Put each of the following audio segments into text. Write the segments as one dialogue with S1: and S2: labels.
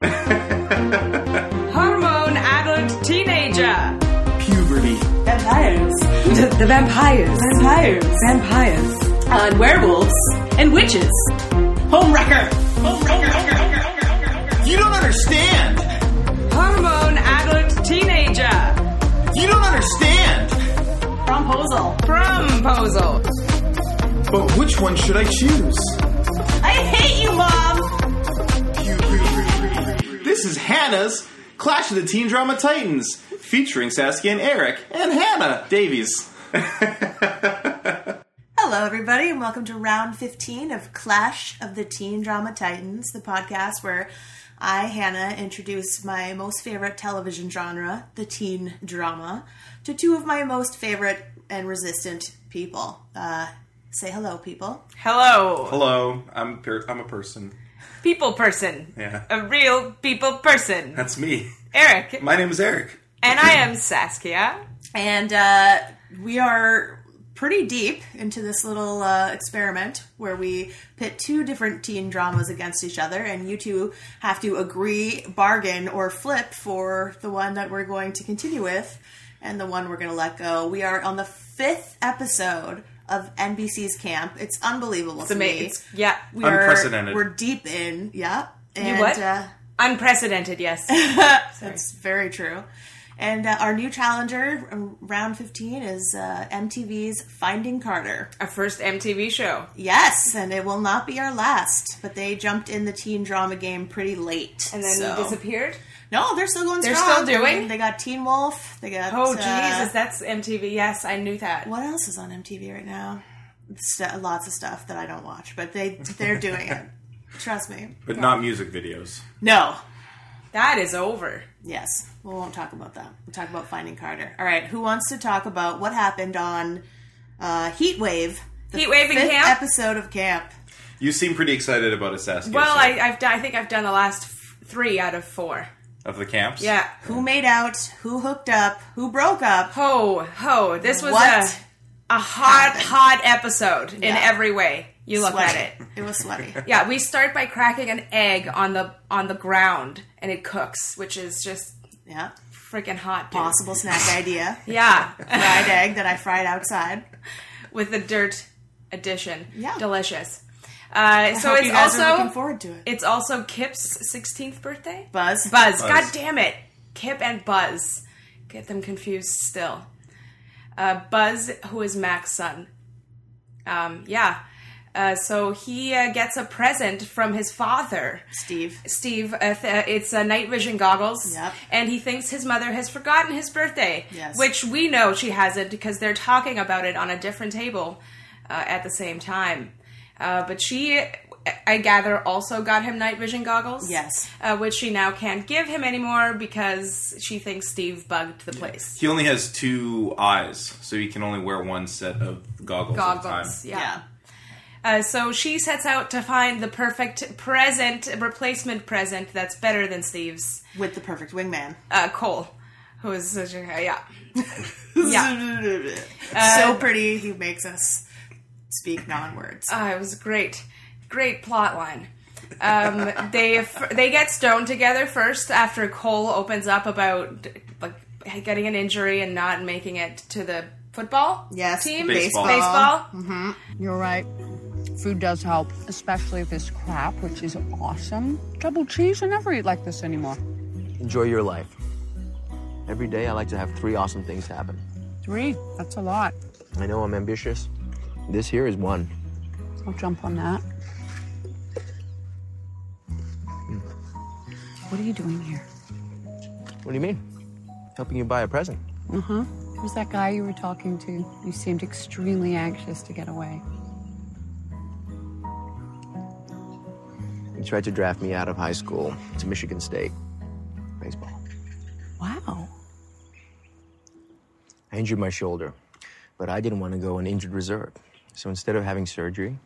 S1: The vampires.
S2: Vampires.
S1: Vampires.
S2: And werewolves. And witches. Homewrecker.
S3: You don't understand.
S2: Hormone adult teenager.
S3: You don't understand.
S2: Promposal.
S1: Promposal.
S3: But which one should I choose?
S2: I hate you, Mom!
S3: This is Hannah's Clash of the Teen Drama Titans, featuring Saskia and Eric and Hannah Davies.
S4: Hello, everybody, and welcome to round 15 of Clash of the Teen Drama Titans, the podcast where I, Hannah, introduce my most favorite television genre, the teen drama, to two of my most favorite and resistant people. Uh, say hello, people.
S2: Hello,
S3: Hello, I'm per- I'm a person.
S2: people person.
S3: Yeah.
S2: A real people person.
S3: That's me.
S2: Eric.
S3: My name is Eric.
S2: And I am Saskia.
S4: And uh, we are pretty deep into this little uh, experiment where we pit two different teen dramas against each other, and you two have to agree, bargain, or flip for the one that we're going to continue with and the one we're going to let go. We are on the fifth episode of NBC's Camp. It's unbelievable to
S2: It's
S4: me.
S2: amazing. Yeah.
S4: we are-
S3: Unprecedented.
S4: we're deep in. Yeah. And,
S2: what?
S4: Uh,
S2: Unprecedented, yes.
S4: that's very true. And uh, our new challenger, um, round 15, is uh, MTV's Finding Carter.
S2: Our first MTV show.
S4: Yes, and it will not be our last, but they jumped in the teen drama game pretty late.
S2: And then
S4: so-
S2: disappeared.
S4: No, they're still going
S2: They're
S4: strong.
S2: still doing?
S4: I mean, they got Teen Wolf. They got.
S2: Oh,
S4: uh,
S2: Jesus, that's MTV. Yes, I knew that.
S4: What else is on MTV right now? St- lots of stuff that I don't watch, but they, they're doing it. Trust me.
S3: But not music videos.
S4: No,
S2: That is over.
S4: Yes, we won't talk about that. We'll talk about Finding Carter. All right, who wants to talk about what happened on uh, Heat Wave? The
S2: Heat Wave in
S4: fifth
S2: camp?
S4: episode of camp.
S3: You seem pretty excited about it, Saskia.
S2: Well,
S3: so-
S2: I, I've done, I think I've done the last f- three out of four.
S3: of the camps.
S2: Yeah.
S4: Who made out? Who hooked up? Who broke up?
S2: Ho, ho. This was
S4: What?
S2: a a hot,
S4: happened?
S2: hot episode in
S4: Yeah.
S2: every way you look
S4: Sweaty.
S2: at it.
S4: It was sweaty.
S2: Yeah, we start by cracking an egg on the on the ground and it cooks, which is just
S4: yeah,
S2: freaking hot. dude.
S4: possible snack idea.
S2: Yeah.
S4: Fried egg that I fried outside.
S2: With the dirt addition.
S4: Yeah.
S2: Delicious. Uh, so
S4: Hope
S2: it's
S4: you guys are looking
S2: also
S4: forward to it.
S2: it's also Kip's 16th birthday.
S4: Buzz.
S2: Buzz. God damn it. Kip and Buzz. Get them confused still. Uh, Buzz, who is Mac's son. Um, yeah. Uh, so he uh, gets a present from his father.
S4: Steve.
S2: Steve, uh, th- it's uh, night vision goggles,
S4: Yep.
S2: and he thinks his mother has forgotten his birthday,
S4: Yes.
S2: which we know she hasn't because they're talking about it on a different table uh, at the same time. Uh, but she, I gather, also got him night vision goggles,
S4: Yes.
S2: uh, which she now can't give him anymore because she thinks Steve bugged the place.
S3: He only has two eyes, so he can only wear one set of goggles, at a time.
S2: Goggles, yeah.
S4: Yeah.
S2: Uh, so she sets out to find the perfect present, replacement present that's better than Steve's.
S4: With the perfect wingman.
S2: uh, Cole, who is such a yeah, yeah.
S4: so pretty. He makes us speak non words.
S2: Uh, it was great, great plot line. Um, they f- they get stoned together first after Cole opens up about like getting an injury and not making it to the football
S4: Yes,
S2: team
S3: baseball.
S2: baseball. Mm-hmm.
S5: You're right. Food does help, especially this crap, which is awesome. Double cheese, I never eat like this anymore.
S6: Enjoy your life. Every day I like to have three awesome things happen.
S5: Three, that's a lot.
S6: I know I'm ambitious. This here is one.
S5: I'll jump on that. What are you doing here?
S6: What do you mean? Helping you buy a present.
S5: Uh huh. Who's that guy you were talking to? You seemed extremely anxious to get away.
S6: You tried to draft me out of high school to Michigan State. Baseball.
S5: Wow.
S6: I injured my shoulder, but I didn't want to go on injured reserve. So instead of having surgery,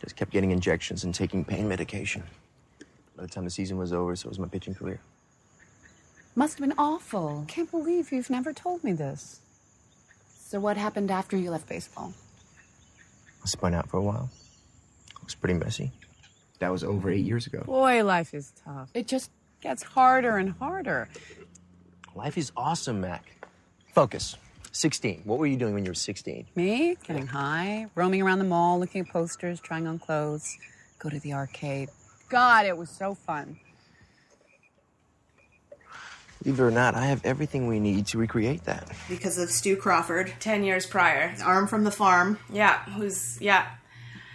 S6: just kept getting injections and taking pain medication. By the time the season was over, so was my pitching career.
S5: Must have been awful. Can't believe you've never told me this. So, what happened after you left baseball?
S6: I spun out for a while. It was pretty messy. That was over eight years ago.
S5: Boy, life is tough. It just gets harder and harder.
S6: Life is awesome, Mac. Focus. 16. What were you doing when you were 16?
S5: Me getting high, roaming around the mall, looking at posters, trying on clothes, go to the arcade. God, it was so fun.
S6: Believe it or not, I have everything we need to recreate that.
S4: because of Stu Crawford.
S2: Ten years prior.
S4: Arm from the farm,
S2: Yeah, who's yeah.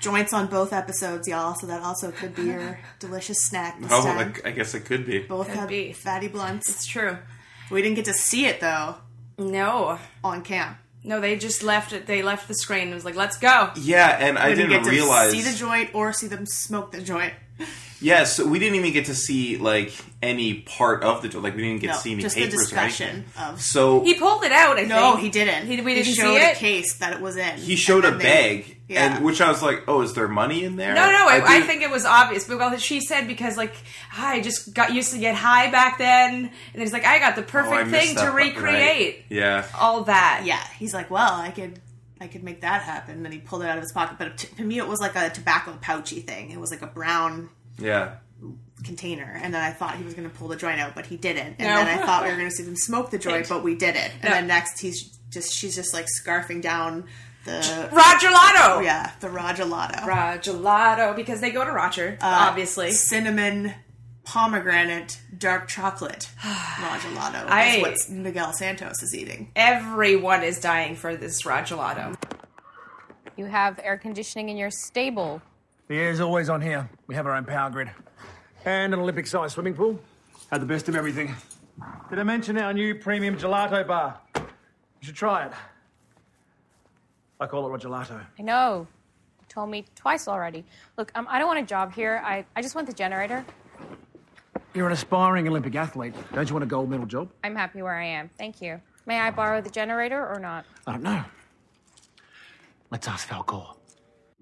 S4: joints on both episodes, y'all. So that also could be your delicious snack this
S3: Oh,
S4: time.
S3: like, I guess it could be.
S4: Both
S2: Could
S4: have
S2: be.
S4: fatty blunts.
S2: It's true.
S4: We didn't get to see it though
S2: No.
S4: on cam.
S2: No, they just left it they left the screen and was like, let's go.
S3: Yeah, and I
S4: We
S3: didn't,
S4: didn't get to
S3: realize.
S4: see the joint or see them smoke the joint.
S3: Yes, we didn't even get to see like any part of the like we didn't get
S4: No,
S3: to see any
S4: just the
S3: papers or
S4: discussion
S3: anything.
S4: of.
S3: So
S2: He pulled it out, I
S4: No,
S2: think.
S4: he didn't.
S2: He, we
S4: He
S2: didn't
S4: showed
S2: see
S4: a
S2: it.
S4: case that it was in.
S3: he showed a
S4: And then they-
S3: bag,
S4: Yeah.
S3: and which I was like, "Oh, is there money in there?"
S2: No, no, I, I,
S3: do-
S2: think it was obvious. But well, she said because like I just got used to get high back then, and it's like I got the
S3: Oh, I
S2: perfect
S3: missed
S2: thing
S3: that
S2: to
S3: part, right.
S2: recreate
S3: Yeah,
S2: all that.
S4: yeah, he's like, well, I could, I could make that happen. Then he pulled it out of his pocket, but t- to me, it was like a tobacco pouchy thing. It was like a brown
S3: yeah.
S4: container, and then I thought he was going to pull the joint out, but he didn't. And
S2: No.
S4: then I thought we were going to see them smoke the joint, but we didn't. And then next, he's just, she's just like scarfing down the,
S2: Raw gelato.
S4: yeah, the raw gelato,
S2: Raw gelato because they go to Roger,
S3: Uh,
S2: obviously.
S4: cinnamon. Pomegranate dark chocolate raw gelato.
S2: I-
S4: That's what Miguel Santos is eating.
S2: Everyone is dying for this raw gelato.
S7: You have air conditioning in your stable.
S8: The air's always on here. We have our own power grid. And an Olympic sized swimming pool. Had the best of everything. Did I mention our new premium gelato bar? You should try it. I call it Rogelato.
S7: I know. You told me twice already. Look, um, I don't want a job here. I, I just want the generator.
S8: You're an aspiring Olympic athlete. Don't you want a gold medal job?
S7: I'm happy where I am. Thank you. May I borrow the generator or not?
S8: I don't know. Let's ask Falcor.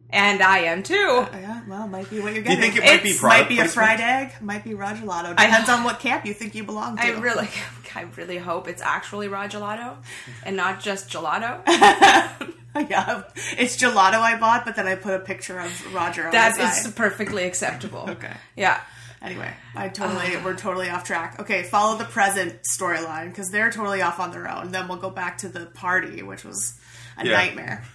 S2: And I am too.
S4: Yeah, well, might be what you're
S3: Do
S4: getting.
S3: you think it might be
S2: It's-
S3: product
S4: might be a
S3: placement?
S4: fried egg, might be raw gelato. Depends on what camp you think you belong to.
S2: I really, I really hope it's actually raw gelato and not just gelato.
S4: yeah, it's gelato I bought, but then I put a picture of Roger on
S2: That
S4: the side.
S2: is perfectly acceptable.
S4: Okay.
S2: Yeah.
S4: Anyway, I totally we're totally off track. Okay, follow the present storyline because they're totally off on their own. Then we'll go back to the party, which was a
S3: Yeah.
S4: nightmare.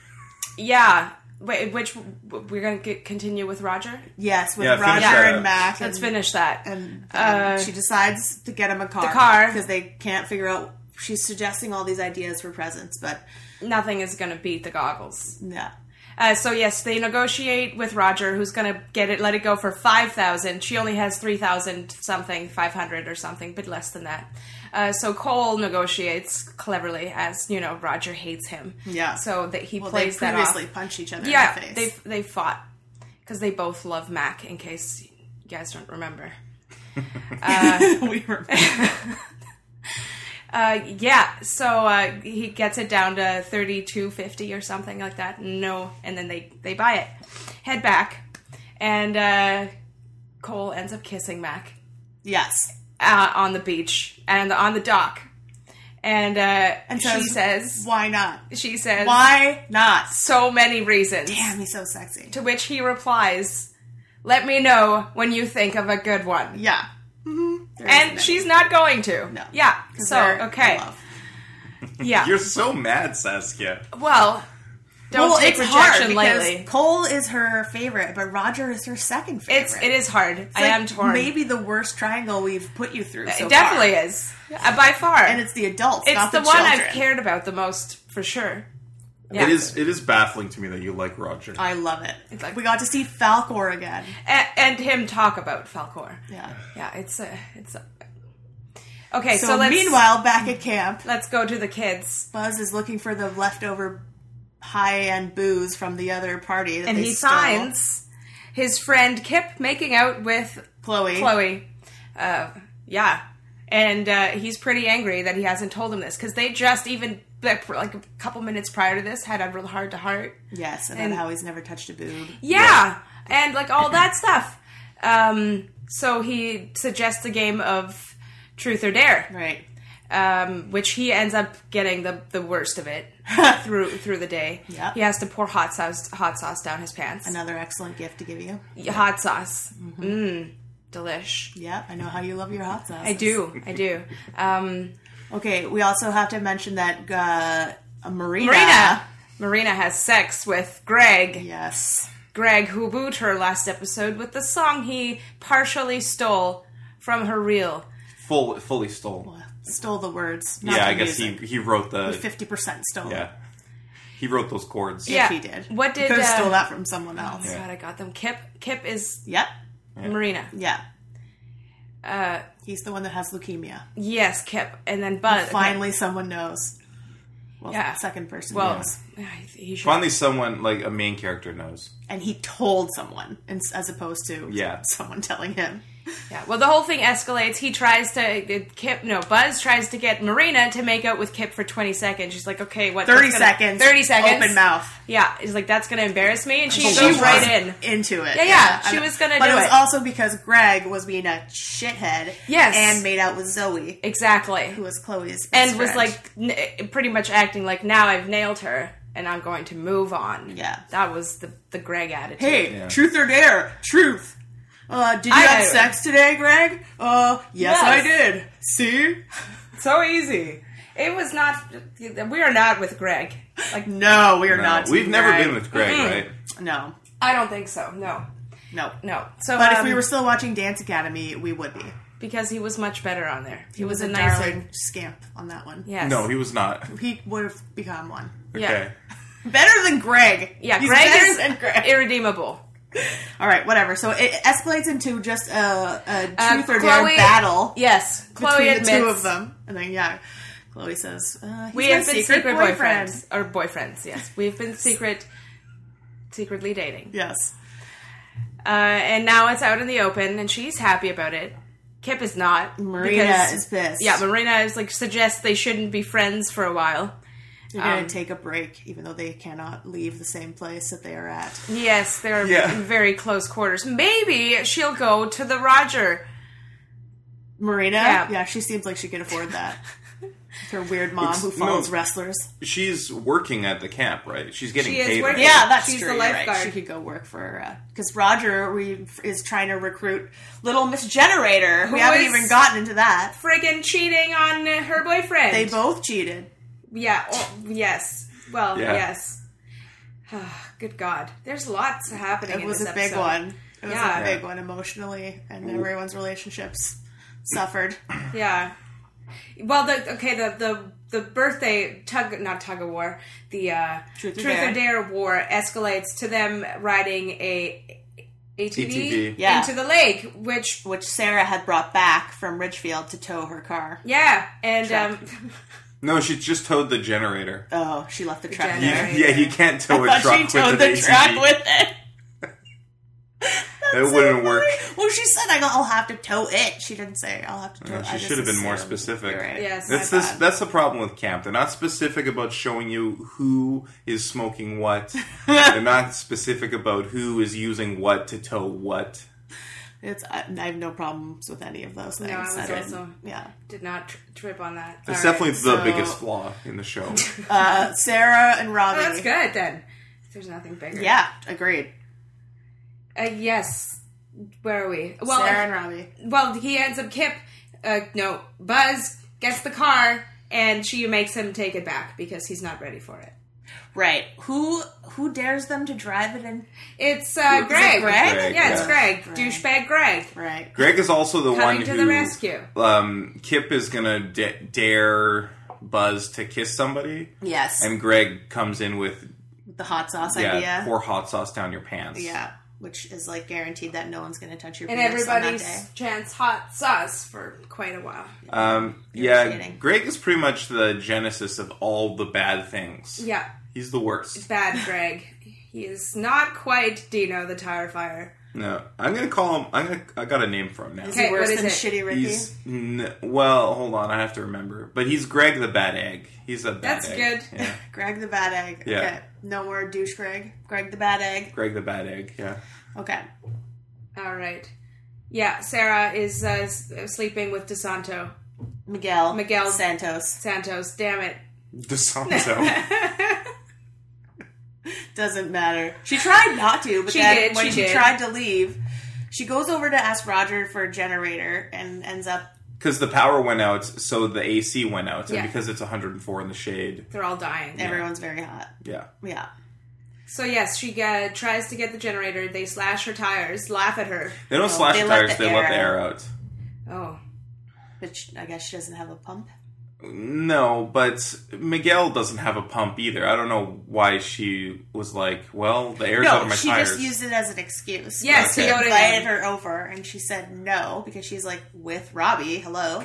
S2: Yeah. Wait, which we're gonna get, continue with Roger.
S4: Yes, with
S3: Yeah, finish
S4: Roger
S3: that
S4: and
S3: up.
S4: Mac.
S2: Let's
S4: and,
S2: finish that.
S4: and
S2: Uh,
S4: um, she decides to get him a car.
S2: car.
S4: because they can't figure out. She's suggesting all these ideas for presents, but
S2: Nothing is gonna beat the goggles.
S4: yeah,
S2: Uh, so yes, they negotiate with Roger, who's gonna get it, let it go for five thousand. She only has three thousand something, five hundred or something, but less than that. Uh, so Cole negotiates cleverly, as you know, Roger hates him.
S4: Yeah.
S2: So that he
S4: well, they
S2: plays that
S4: previously
S2: off.
S4: punched each other
S2: Yeah,
S4: in the face.
S2: they they fought because they both love Mac. In case you guys don't remember.
S4: we were
S2: Uh, yeah, so uh, he gets it down to thirty two fifty or something like that. No, and then they they buy it, head back, and uh, Cole ends up kissing Mac
S4: yes.
S2: uh, on the beach and on the dock, and uh,
S4: And
S2: she says
S4: "Why not?
S2: she says
S4: Why not?
S2: so many reasons.
S4: Damn, he's so sexy."
S2: To which he replies, "Let me know when you think of a good one."
S4: Yeah, mm-hmm.
S2: And she's not going to.
S4: No.
S2: Yeah. So okay. Yeah.
S3: You're so mad, Saskia.
S2: Well, don't
S4: Well,
S2: take
S4: it's hard
S2: rejection
S4: because
S2: lightly.
S4: Cole is her favorite, but Roger is her second favorite.
S2: It's it is hard. I
S4: like
S2: am torn.
S4: Maybe the worst triangle we've put you through. So
S2: it definitely
S4: far.
S2: is uh, by far,
S4: and it's the adults,
S2: it's
S4: not
S2: the,
S4: the,
S2: one I've
S4: children.
S2: cared about the most for sure. Yeah.
S3: It is. It is baffling to me that you like Roger.
S4: I love it.
S2: like- Eh,
S4: we got to see Falcor again.
S2: A- and him talk about Falcor.
S4: Yeah.
S2: Yeah, it's a, it's a... okay. So,
S4: So,
S2: let's
S4: meanwhile, back at camp,
S2: let's go to the kids.
S4: Buzz is looking for the leftover high-end booze from the other party, that
S2: And
S4: they
S2: he
S4: stole.
S2: signs his friend Kip making out with
S4: Chloe.
S2: Chloe. Uh, yeah, and uh, he's pretty angry that he hasn't told him this because they just even like a couple minutes prior to this had a real heart to heart.
S4: Yes, about
S2: And-
S4: how he's never touched a boob.
S2: Yeah, and like all that stuff. Um, so he suggests a game of truth or dare,
S4: Right.
S2: um, which he ends up getting the, the worst of it through through the day.
S4: Yep.
S2: He has to pour hot sauce hot sauce down his pants.
S4: Another excellent gift to give you.
S2: Hot sauce, mm
S4: Mm-hmm.
S2: delish.
S4: Yep, I know how you love your hot sauce.
S2: I do, I do. Um,
S4: Okay, we also have to mention that uh, Uh, Marina.
S2: Marina. Marina has sex with Greg.
S4: Yes.
S2: Greg, who booed her last episode with the song he partially stole from her reel.
S3: Full, fully stole.
S4: Stole the words.
S3: yeah, I guess he he wrote the
S4: Fifty percent stole.
S3: yeah. He wrote those chords.
S2: Yeah.
S4: If he did.
S2: What did,
S4: Could have
S2: uh,
S4: stole that from someone else.
S2: Oh my God, I got them. Kip, Kip is
S4: Yep.
S2: Marina.
S4: Yeah. Uh, he's the one that has leukemia.
S2: Yes, Kip, and then Buzz. okay.
S4: Finally, someone knows. Well,
S2: Yeah.
S4: second person
S2: Well,
S4: knows,
S2: he should.
S3: Finally, someone like a main character knows.
S4: and he told someone, and- as opposed to
S3: Yeah.
S4: someone telling him.
S2: Yeah. Well, the whole thing escalates. He tries to Kip. No, Buzz tries to get Marina to make out with Kip for twenty seconds. She's like, okay, what?
S4: 30
S2: that's gonna-
S4: seconds.
S2: Thirty seconds.
S4: Open mouth.
S2: Yeah. He's like, that's gonna embarrass me, and she
S4: She
S2: goes
S4: was
S2: right in.
S4: into it.
S2: Yeah, yeah, she
S4: I know.
S2: was gonna
S4: but
S2: do
S4: it was
S2: it.
S4: also because Greg was being a shithead.
S2: Yes.
S4: and made out with Zoe,
S2: Exactly.
S4: who was Chloe's, best
S2: And was
S4: friend.
S2: like, n- pretty much acting like, now I've nailed her, and I'm going to move on.
S4: Yeah.
S2: That was the the Greg attitude.
S4: "Hey, truth or dare? Truth." Uh, did you
S2: I-
S4: have sex today, Greg? Uh, yes,
S2: Yes.
S4: I did. See?
S2: So easy. It was not. We are not with Greg. Like,
S4: No, we are
S3: No,
S4: not.
S3: we've never
S4: Greg.
S3: been with Greg, right?
S4: No,
S2: I don't think so. No,
S4: no,
S2: no. So,
S4: But if
S2: um,
S4: we were still watching Dance Academy, we would be.
S2: because he was much better on there. He, was, a, nicer.
S4: darling scamp on that one.
S2: Yes.
S3: No, he was not.
S4: He would have become one.
S3: Okay.
S2: Yeah.
S4: Better than Greg.
S2: Yeah,
S4: He's
S2: Greg
S4: better
S2: is
S4: than Greg.
S2: irredeemable.
S4: All right, whatever. So it escalates into just a, a
S2: Uh,
S4: truth or dare
S2: Chloe-
S4: battle
S2: Yes,
S4: between
S2: Chloe admits
S4: the two of them, and then yeah, Chloe says, uh, he's
S2: we
S4: my
S2: have been secret,
S4: boyfriend."
S2: boyfriends or boyfriends. Yes, we've been secret, secretly dating,
S4: Yes,
S2: uh, and now it's out in the open, and she's happy about it. Kip is not.
S4: Marina
S2: because-
S4: is pissed.
S2: Yeah, Marina is like suggests they shouldn't be friends for a while.
S4: they're gonna
S2: Um,
S4: take a break, even though they cannot leave the same place that they are at.
S2: Yes, they're
S3: Yeah.
S2: in very close quarters. Maybe she'll go to the Roger.
S4: Marina,
S2: Yeah.
S4: yeah, she seems like she could afford that. With her weird mom who
S3: No.
S4: follows wrestlers.
S3: She's working at the camp, right? She's getting
S2: She is
S3: paid.
S2: working.
S3: right?
S4: Yeah, that's
S2: She's
S4: true.
S2: the
S4: you're right.
S2: lifeguard.
S4: She could go work for because Roger we, is trying to recruit Little Miss Generator.
S2: Who
S4: we haven't
S2: is-
S4: even gotten into that.
S2: Friggin' cheating on uh, her boyfriend.
S4: They both cheated.
S2: Yeah. Oh, yes. Well,
S3: Yeah.
S2: yes. Good God. There's lots happening.
S4: It
S2: in
S4: was a
S2: this
S4: big
S2: episode.
S4: one. It was
S2: Yeah.
S4: a big one emotionally, and everyone's relationships suffered.
S2: Yeah. Well, the okay the the the birthday tug not tug of war the uh,
S4: Truth or
S2: or dare war escalates to them riding a ATV,
S3: ATV.
S4: Yeah.
S2: into the lake, which
S4: Which Sarah had brought back from Ridgefield to tow her car.
S2: yeah and um,
S3: No, she just towed the generator.
S4: Oh, she left the truck
S2: generator.
S4: there.
S3: yeah, you can't tow a
S4: But
S3: truck
S4: she
S3: with
S4: towed
S3: an
S4: the
S3: ATV.
S4: truck with it.
S3: it wouldn't work.
S4: Well, she said, "I- "I'll have to tow it." She didn't say, "I'll have to tow."
S3: No,
S4: it.
S3: she
S4: I just
S3: should have been more
S4: assumed.
S3: specific.
S4: You're right.
S2: Yes.
S3: That's
S2: my
S3: this.
S2: bad.
S3: That's the problem with camp. They're not specific about showing you who is smoking what. They're not specific about who is using what to tow what.
S4: It's. I, I have no problems with any of those things.
S2: I was
S4: I didn't-
S2: also-
S4: Yeah.
S2: did not tr- trip on that.
S3: It's
S2: All right.
S3: definitely the
S4: so-
S3: biggest flaw in the show.
S4: Uh, Sarah and Robbie.
S2: Oh, that's good then. There's nothing bigger.
S4: Yeah, agreed.
S2: Uh, yes. Where are we? Well,
S4: Sarah and Robbie.
S2: well, he ends up Kip. Uh, no, Buzz gets the car, and she makes him take it back because he's not ready for it.
S4: Right. Who who dares them to drive it in?
S2: It's uh, Greg.
S4: Greg?
S3: Greg,
S2: Yeah,
S3: yeah.
S2: it's Greg. Douchebag Greg.
S4: Right.
S3: Greg is also the
S2: Coming
S3: one
S2: to
S3: who
S2: the rescue.
S3: Um, Kip is gonna da- dare Buzz to kiss somebody,
S4: Yes.
S3: and Greg comes in with
S4: the hot sauce
S3: yeah,
S4: idea.
S3: pour hot sauce down your pants.
S4: Yeah, which is like guaranteed that no one's going to touch your
S2: And
S4: penis on that
S2: everybody's
S4: day.
S2: chance hot sauce for quite a while.
S3: Um, yeah,
S4: Irritating.
S3: Greg is pretty much the genesis of all the bad things.
S2: Yeah,
S3: He's the worst.
S2: bad Greg. He is not quite Dino the Terrifier.
S3: No, I'm gonna call him. I'm gonna. I got a name for him now.
S2: Okay,
S4: Worse
S2: what is
S4: than
S2: it?
S4: shitty Ricky.
S3: He's n- well. Hold on, I have to remember. But he's Greg the bad egg. He's a bad
S2: That's
S3: egg.
S2: good.
S3: Yeah,
S4: Greg the bad egg.
S3: Yeah.
S4: Okay. No more douche Greg. Greg the bad egg.
S3: Greg the bad egg. Yeah.
S4: Okay.
S2: All right. Yeah, Sarah is uh, s- sleeping with DeSanto.
S4: Miguel.
S2: Miguel.
S4: Santos
S2: Santos, damn it.
S3: DeSanto.
S4: doesn't matter. She tried not to, but
S2: She
S4: then
S2: did,
S4: when
S2: she
S4: she
S2: did.
S4: tried to leave, she goes over to ask Roger for a generator and ends up
S3: because the power went out, so the AC went out,
S2: Yeah.
S3: and because it's 104 in the shade,
S2: They're all dying.
S4: Everyone's very hot.
S3: yeah.
S4: Yeah.
S2: So yes, she get, tries to get the generator. They slash her tires, laugh at her.
S3: They don't slash
S4: they
S3: the
S4: let
S3: tires;
S4: the
S3: they let the
S4: air
S3: air out.
S2: Oh,
S4: But sh I guess she doesn't have a pump.
S3: No, but Miguel doesn't have a pump either. I don't know why she was like, "Well, the air's out of
S4: No,
S3: my
S4: she
S3: tires."
S4: just used it as an excuse.
S2: Yes,
S4: He
S3: Okay.
S2: Yoda
S4: invited
S2: did.
S4: her over, and she said no because she's like with Robbie. Hello.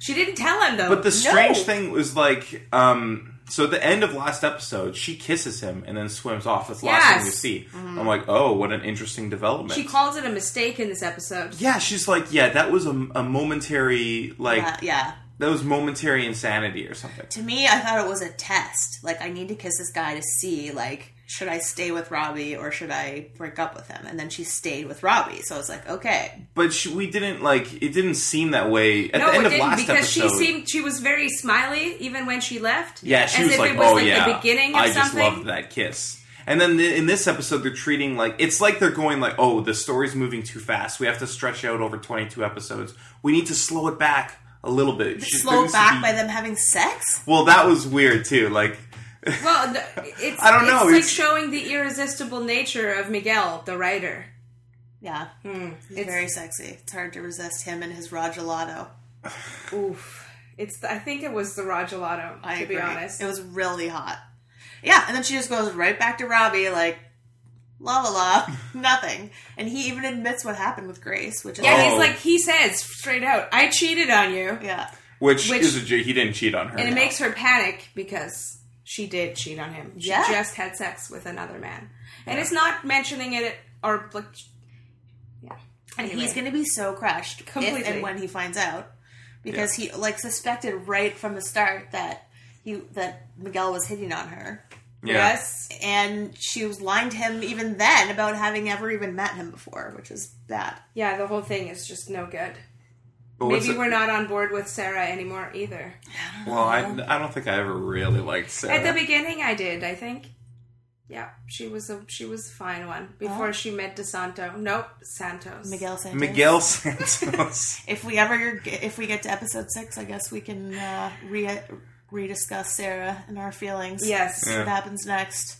S2: she didn't tell him though.
S3: But the strange
S4: No.
S3: thing was like, um, so the end of last episode, she kisses him and then swims off. That's the last
S2: Yes.
S3: thing we see. I'm like, oh, what an interesting development.
S2: she calls it a mistake in this episode.
S3: yeah, she's like, yeah, that was a, a momentary, like,
S4: Uh, yeah.
S3: that was momentary insanity or something.
S4: To me, I thought it was a test. Like I need to kiss this guy to see like should I stay with Robbie or should I break up with him? And then she stayed with Robbie, so I was like, okay,
S3: But she, we didn't, like, it didn't seem that way at
S2: No,
S3: the end
S2: it
S3: of
S2: didn't
S3: last
S2: because
S3: episode.
S2: she seemed she was very smiley even when she left.
S3: yeah, she
S2: as
S3: was
S2: if
S3: like,
S2: it was
S3: oh,
S2: like
S3: yeah,
S2: the beginning of
S3: I just
S2: something.
S3: loved that kiss. And then th- in this episode, they're treating like it's like they're going like, oh, the story's moving too fast. We have to stretch out over twenty-two episodes. We need to slow it back a little bit. She- there
S4: slow
S3: needs to
S4: back
S3: be-
S4: by them having sex.
S3: Well, that was weird too. Like,
S2: Well, th- it's
S3: I don't know,
S2: It's like
S3: it's-
S2: showing the irresistible nature of Miguel, the writer.
S4: Yeah, he's very sexy. It's hard to resist him and his raw gelato.
S2: Oof. It's the, I think it was the Rajalato, to
S4: I
S2: be
S4: agree.
S2: honest.
S4: it was really hot. Yeah, and then she just goes right back to Robbie, like la la la, nothing. And he even admits what happened with Grace, which is
S2: yeah,
S3: Oh.
S2: he's like he says straight out, "I cheated on you,"
S4: yeah.
S3: which,
S2: Which-
S3: is a j- he didn't cheat on her.
S2: and it makes her panic because she did cheat on him. She
S4: Yeah.
S2: just had sex with another man, and it's not mentioning it or like, yeah.
S4: And
S2: Anyway.
S4: he's going to be so crushed completely
S2: Completely.
S4: and when he finds out because he like suspected right from the start that he that Miguel was hitting on her.
S3: Yeah.
S2: Yes.
S4: And she was lying to him even then about having ever even met him before, which is bad.
S2: Yeah, the whole thing is just no good.
S3: But what's
S2: Maybe
S3: it-
S2: we're not on board with Sarah anymore either.
S3: Well, I, I don't think I ever really liked Sarah.
S2: At the beginning, I did. I think. Yeah, she was a she was a fine one
S4: Oh.
S2: before she met DeSanto. Nope, Santos.
S4: Miguel Sanchez.
S3: Miguel Santos.
S4: If we ever if we get to episode 6, I guess we can uh, re rediscuss Sarah and our feelings.
S2: Yes.
S4: What happens next?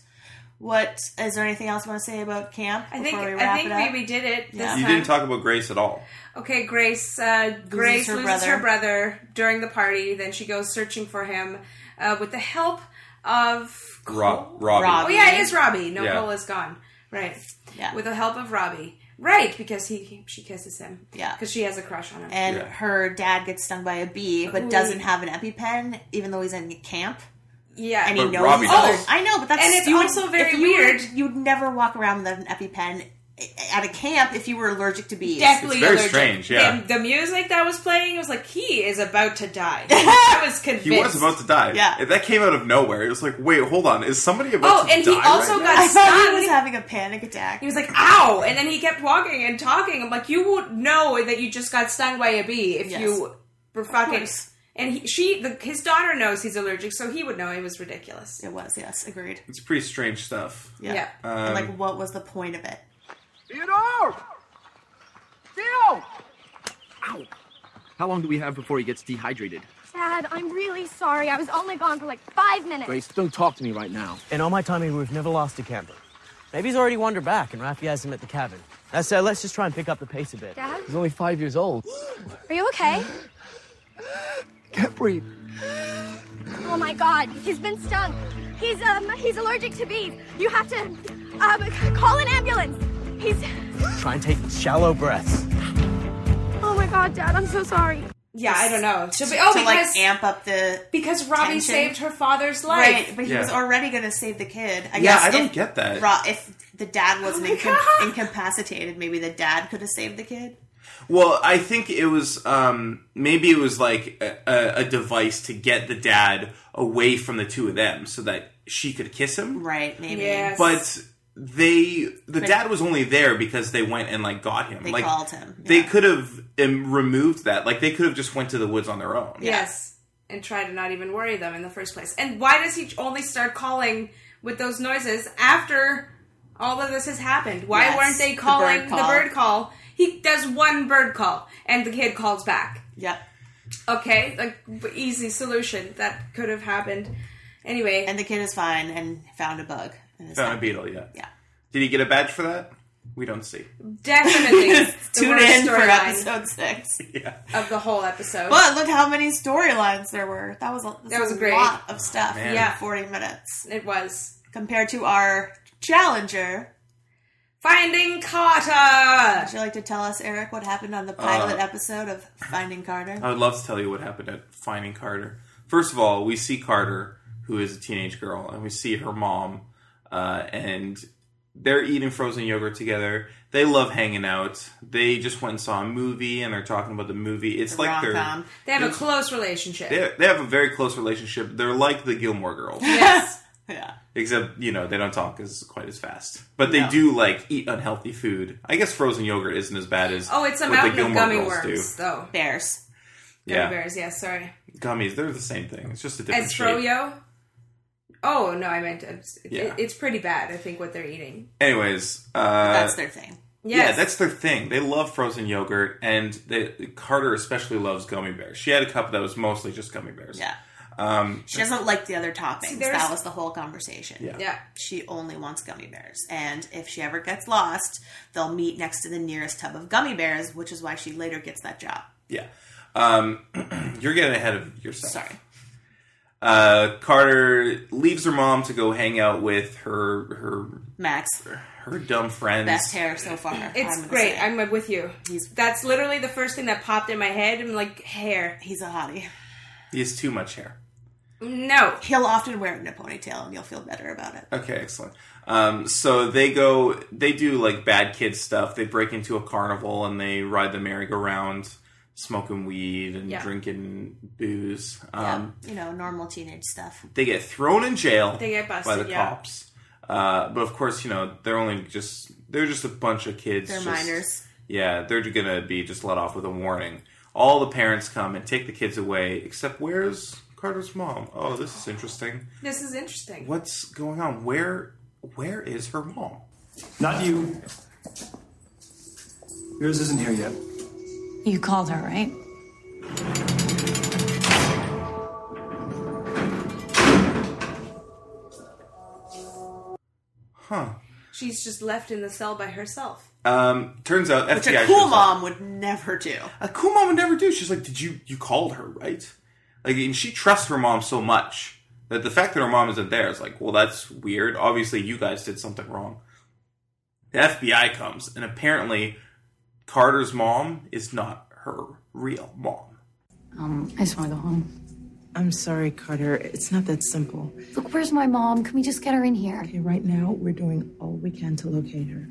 S4: What is there anything else you want to say about camp
S2: I think
S4: before we wrap
S2: I think
S4: it up?
S2: we, we did it this
S4: Yeah.
S2: time.
S3: you didn't talk about Grace at all.
S2: Okay, Grace. Uh, Grace
S4: her
S2: loses
S4: brother.
S2: her brother during the party. Then she goes searching for him uh, with the help of.
S3: Rob, Robbie.
S2: Oh
S4: Rob.
S2: yeah, it is Robbie. No,
S3: Yeah.
S2: Cole is gone. Right.
S4: Yeah.
S2: With the help of Robbie. Right, because he, he she kisses him.
S4: Yeah.
S2: Because she has a crush on him.
S4: and
S3: Yeah.
S4: her dad gets stung by a bee but doesn't have an EpiPen even though he's in camp
S2: yeah.
S4: and
S3: But
S4: he knows
S3: Robbie
S4: these other-
S3: does.
S4: I know but that's
S2: And it's
S4: you would-
S2: also very
S4: if you were-
S2: weird.
S4: you'd never walk around without an EpiPen eh, at a camp if you were allergic to bees
S2: Deathly
S3: It's very
S2: allergic.
S3: strange, yeah.
S2: The, the music that was playing was like he is about to die. I was convinced.
S3: He was about to die.
S4: Yeah.
S3: And that came out of nowhere. It was like, wait, hold on, is somebody about
S2: Oh,
S3: to
S2: and
S3: die?
S2: he also
S3: right now?
S2: got
S4: I thought he was
S2: Stung.
S4: having a panic attack
S2: He was like, "Ow!" And then he kept walking and talking. I'm like, "You would know that you just got stung by a bee if
S4: Yes.
S2: you were fucking."
S4: course.
S2: And he, she, the, his daughter knows he's allergic, so he would know. It was ridiculous.
S4: it was yes agreed
S3: It's pretty strange stuff.
S4: yeah,
S2: Yeah.
S4: And,
S3: Um,
S4: like what was the point of it
S8: Theodore! Theo!
S9: How long do we have before he gets dehydrated?
S7: Dad, I'm really sorry. I was only gone for like five minutes.
S9: Grace, don't talk to me right now.
S10: In all my time here, we've never lost a camper. Maybe he's already wandered back and Rafi has him at the cabin. That said, let's just try and pick up the pace a bit.
S7: Dad,
S9: He's only five years old.
S7: are you okay?
S9: Can't breathe.
S7: Oh my God, he's been stung. He's um, he's allergic to bees. You have to um, call an ambulance. He's.
S10: Try and take shallow breaths.
S7: Oh my God, Dad, I'm so sorry.
S2: Yeah, I don't know. To be, oh,
S4: to
S2: because
S4: like amp up the
S2: because Robbie
S4: tension.
S2: saved her father's life.
S4: Right, but he
S3: Yeah.
S4: was already going to save the kid. I
S3: Yeah,
S4: guess
S3: I don't
S4: if
S3: get that.
S4: Ra- if the dad wasn't
S2: Oh my
S4: incap-
S2: God.
S4: incapacitated, maybe the dad could have saved the kid.
S3: Well, I think it was um, maybe it was like a, a, a device to get the dad away from the two of them so that she could kiss him.
S4: Right, maybe.
S2: Yes.
S3: But they, the dad was only there because they went and like got him.
S4: They
S3: like,
S4: called him,
S3: They
S4: yeah.
S3: could have um, removed that. Like they could have just went to the woods on their own.
S2: yes, and try to not even worry them in the first place. And why does he only start calling with those noises after all of this has happened? Why
S4: Yes,
S2: weren't they
S4: the bird
S2: calling
S4: call.
S2: the bird call? He does one bird call, and the kid calls back.
S4: Yep.
S2: Okay, like b- easy solution that could have happened. Anyway,
S4: and the kid is fine and found a bug. And is
S3: Found a
S4: happy.
S3: beetle, yeah.
S4: Yeah.
S3: Did he get a badge for that? We don't see.
S2: Definitely the
S4: Tune
S2: worst
S4: in for
S2: storyline
S4: episode six.
S3: Yeah.
S2: of the whole episode.
S4: But look how many storylines there were. That was a,
S2: That was
S4: a
S2: great.
S4: lot of stuff.
S3: Man.
S4: yeah, forty minutes
S2: it was
S4: compared to our challenger.
S2: Finding Carter.
S4: Would you like to tell us, Eric, what happened on the
S3: Uh,
S4: pilot episode of Finding Carter?
S3: I would love to tell you what happened at finding Carter. First of all, we see Carter, who is a teenage girl, and we see her mom, uh, and they're eating frozen yogurt together. They love hanging out. They just went and saw a movie, and they're talking about the movie. It's like they're
S4: Rom-com.
S2: They have a close relationship.
S3: they they have a very close relationship. They're like the Gilmore Girls,
S2: Yes.
S4: Yeah.
S3: except you know they don't talk as quite as fast, but they
S4: No.
S3: do like eat unhealthy food. I guess frozen yogurt isn't as bad as
S2: Oh, it's a
S3: what
S2: mountain
S3: the
S2: of
S3: Gilmore
S2: gummy
S3: Girls
S2: worms,
S3: do.
S2: though.
S4: Bears.
S2: Gummy
S3: Yeah,
S2: bears. Yeah, sorry.
S3: gummies. They're the same thing. It's just a different
S2: As
S3: shape.
S2: froyo. Oh no, I meant it's, it-
S3: Yeah.
S2: it's pretty bad. I think what they're eating.
S3: Anyways, uh,
S4: That's their thing.
S3: yeah,
S2: Yes.
S3: that's their thing. They love frozen yogurt, and they, Carter especially loves gummy bears. She had a cup that was mostly just gummy bears.
S4: Yeah.
S3: Um,
S4: She doesn't like the other toppings.
S2: there's-
S4: that was the whole conversation.
S3: Yeah.
S2: yeah.
S4: She only wants gummy bears. And if she ever gets lost, they'll meet next to the nearest tub of gummy bears, which is why she later gets that job.
S3: yeah. Um, you're getting ahead of yourself.
S4: Sorry.
S3: Uh, Carter leaves her mom to go hang out with her her
S4: Max,
S3: her dumb friends.
S4: best hair so far.
S2: It's
S4: gonna
S2: great.
S4: say.
S2: I'm with you. That's literally the first thing that popped in my head. I'm like, hair.
S4: He's a hottie.
S3: He has too much hair.
S2: No.
S4: He'll often wear it in a ponytail and you'll feel better about it.
S3: Okay, excellent. Um, so they go, they do like bad kid stuff. They break into a carnival and they ride the merry-go-round, smoking weed and
S2: Yeah.
S3: drinking booze.
S4: Yeah.
S3: Um,
S4: You know, normal teenage stuff.
S3: They get thrown in jail.
S2: They get
S3: by
S2: busted,
S3: the
S2: yeah.
S3: cops. Uh, but of course, you know they're only just they're just a bunch of kids.
S4: They're
S3: just-
S4: minors.
S3: Yeah, they're gonna be just let off with a warning. All the parents come and take the kids away. Except where's Carter's mom? Oh, this is interesting.
S2: This is interesting.
S3: What's going on? Where where is her mom?
S8: Not you. Yours isn't here yet.
S11: You called her, right?
S3: Huh.
S2: She's just left in the cell by herself.
S3: Um, turns out
S4: Which
S3: FBI
S4: a cool
S3: shows up.
S4: mom would never do.
S3: a cool mom would never do. She's like, did you you called her right? Like, and she trusts her mom so much that the fact that her mom isn't there is like, well, that's weird. Obviously, you guys did something wrong. The FBI comes, and apparently, Carter's mom is not her real mom.
S11: Um, I just want to go home.
S12: I'm sorry, Carter. It's not that simple.
S11: Look, where's my mom? Can we just get her in here?
S12: Okay, right now, we're doing all we can to locate her.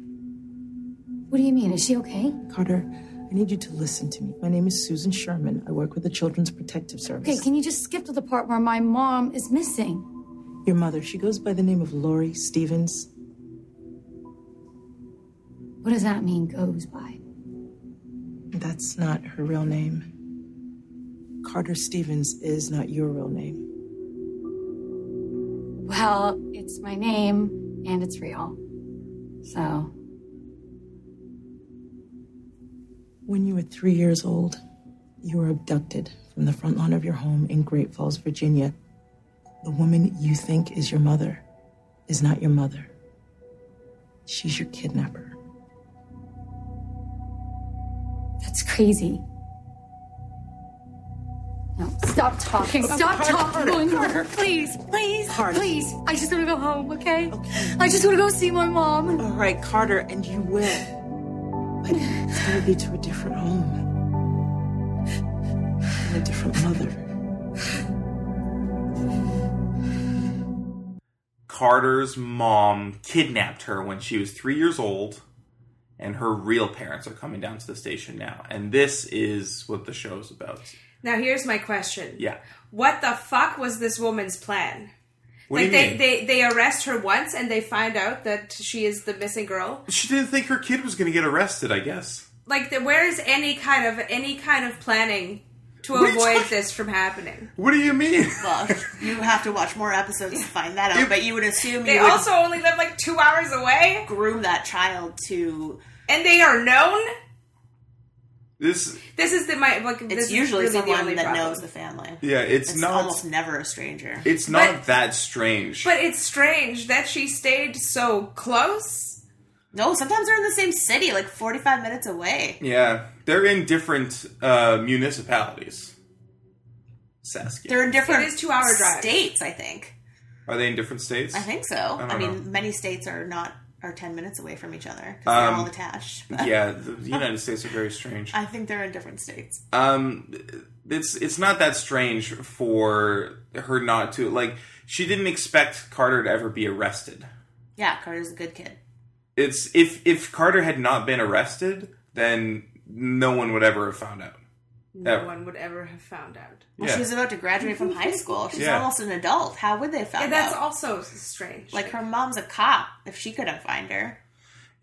S11: What do you mean? Is she okay?
S12: Carter, I need you to listen to me. My name is Susan Sherman. I work with the Children's Protective Service.
S11: Okay, can you just skip to the part where my mom is missing?
S12: Your mother, she goes by the name of Lori Stevens.
S11: What does that mean, goes by?
S12: That's not her real name. Carter Stevens is not your real name.
S11: Well, it's my name and it's real. So,
S12: When you were three years old, you were abducted from the front lawn of your home in Great Falls, Virginia. The woman you think is your mother is not your mother. She's your kidnapper.
S11: that's crazy. No, stop talking. Stop talking. Please, please,
S12: Carter.
S11: please. I just want to go home, okay? I just want to go see my mom.
S12: All right, Carter, and you will. But it's gonna be to a different home. And a different mother.
S3: Carter's mom kidnapped her when she was three years old, and her real parents are coming down to the station now. And this is what the show's about.
S2: Now here's my question.
S3: Yeah.
S2: What the fuck was this woman's plan?
S3: What
S2: like
S3: do you
S2: they,
S3: mean?
S2: they they arrest her once and they find out that she is the missing girl.
S3: she didn't think her kid was going to get arrested. I guess.
S2: Like the, where is any kind of any kind of planning to
S3: What are you
S2: avoid
S3: talking-
S2: this from happening?
S3: What do you mean?
S4: Well, you have to watch more episodes to find that out, but you would assume
S2: They
S4: you would
S2: also only live like 2 hours away
S4: groom that child to
S2: and they are known?
S3: This
S2: This is the my like. this
S4: It's
S2: is
S4: usually
S2: really the
S4: someone
S2: only
S4: that
S2: problem.
S4: knows the family.
S3: Yeah, it's not-
S4: almost never a stranger.
S3: it's not that strange.
S2: But it's strange that she stayed so close.
S4: No, sometimes they're in the same city, like forty-five minutes away.
S3: yeah, they're in different uh, municipalities. Saskia,
S4: They're in different.
S2: It is two-hour drives.
S4: states. I think.
S3: are they in different states?
S4: I think so.
S3: I,
S4: I,
S3: don't
S4: mean,
S3: know.
S4: many states are not are ten minutes away from each other because they're
S3: Um,
S4: all attached. but-
S3: yeah, the the United States are very strange.
S4: I think they're in different states.
S3: um it's it's not that strange for her not to like she didn't expect Carter to ever be arrested.
S4: Yeah, Carter's a good kid.
S3: It's if if Carter had not been arrested, then no one would ever have found out.
S2: No
S3: Ever.
S2: one would ever have found out.
S4: Well,
S3: Yeah.
S4: she was about to graduate from high school. She's
S3: Yeah.
S4: almost an adult. How would they
S2: Yeah,
S4: find
S2: that's
S4: out?
S2: also strange.
S4: Like her mom's a cop. If she couldn't find her,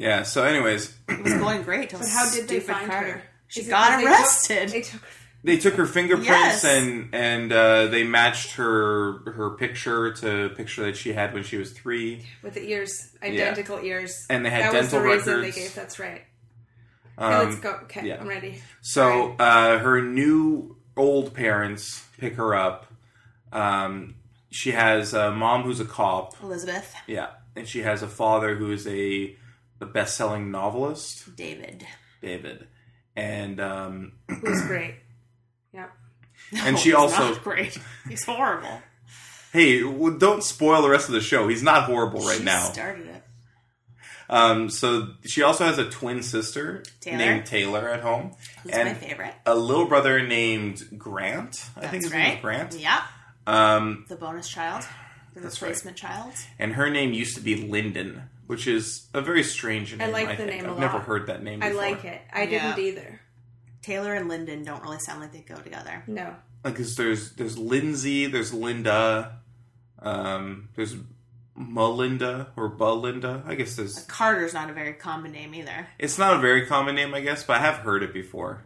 S3: Yeah. So, anyways,
S4: it was going great. Till
S2: But how did they
S4: stupid
S2: find
S4: Carter.
S2: her?
S4: She
S2: Is it that
S4: got
S2: they took-
S4: arrested.
S2: They took
S3: they took her fingerprints
S4: Yes.
S3: and and uh, they matched her her picture to a picture that she had when she was three.
S2: with the ears, identical ears,
S3: And they had
S2: that was the
S3: dental
S2: reason they
S3: records.
S2: gave. That's right.
S3: Um,
S2: okay, let's go. Okay,
S3: yeah.
S2: I'm ready.
S3: So uh, her new old parents pick her up. Um, she has a mom who's a cop.
S4: Elizabeth,
S3: Yeah, and she has a father who is a the best selling novelist,
S4: David,
S3: David, and um,
S2: Who's great? Yeah.
S3: and she
S4: he's
S3: also
S4: not great. He's horrible.
S3: hey, well, don't spoil the rest of the show. He's not horrible right
S4: she
S3: now.
S4: started it.
S3: Um, so she also has a twin sister
S4: Taylor.
S3: named Taylor at home,
S4: Who's
S3: and
S4: my favorite?
S3: a little brother named Grant. I think his
S4: That's
S3: name
S4: right.
S3: is Grant.
S4: Yeah,
S3: Um,
S4: the bonus child, the
S3: That's right.
S4: replacement child.
S3: and her name used to be Lyndon, which is a very strange name.
S2: I like the
S3: think.
S2: name
S3: I've
S2: a lot.
S3: never heard that name.
S2: I
S3: before.
S2: like it. I
S4: Yeah.
S2: didn't either.
S4: Taylor and Lyndon don't really sound like they go together.
S2: No.
S3: because there's there's Lindsay, there's Linda, um, there's Melinda or Belinda. I guess there's.
S4: Carter's not a very common name either.
S3: It's not a very common name, I guess, but I have heard it before.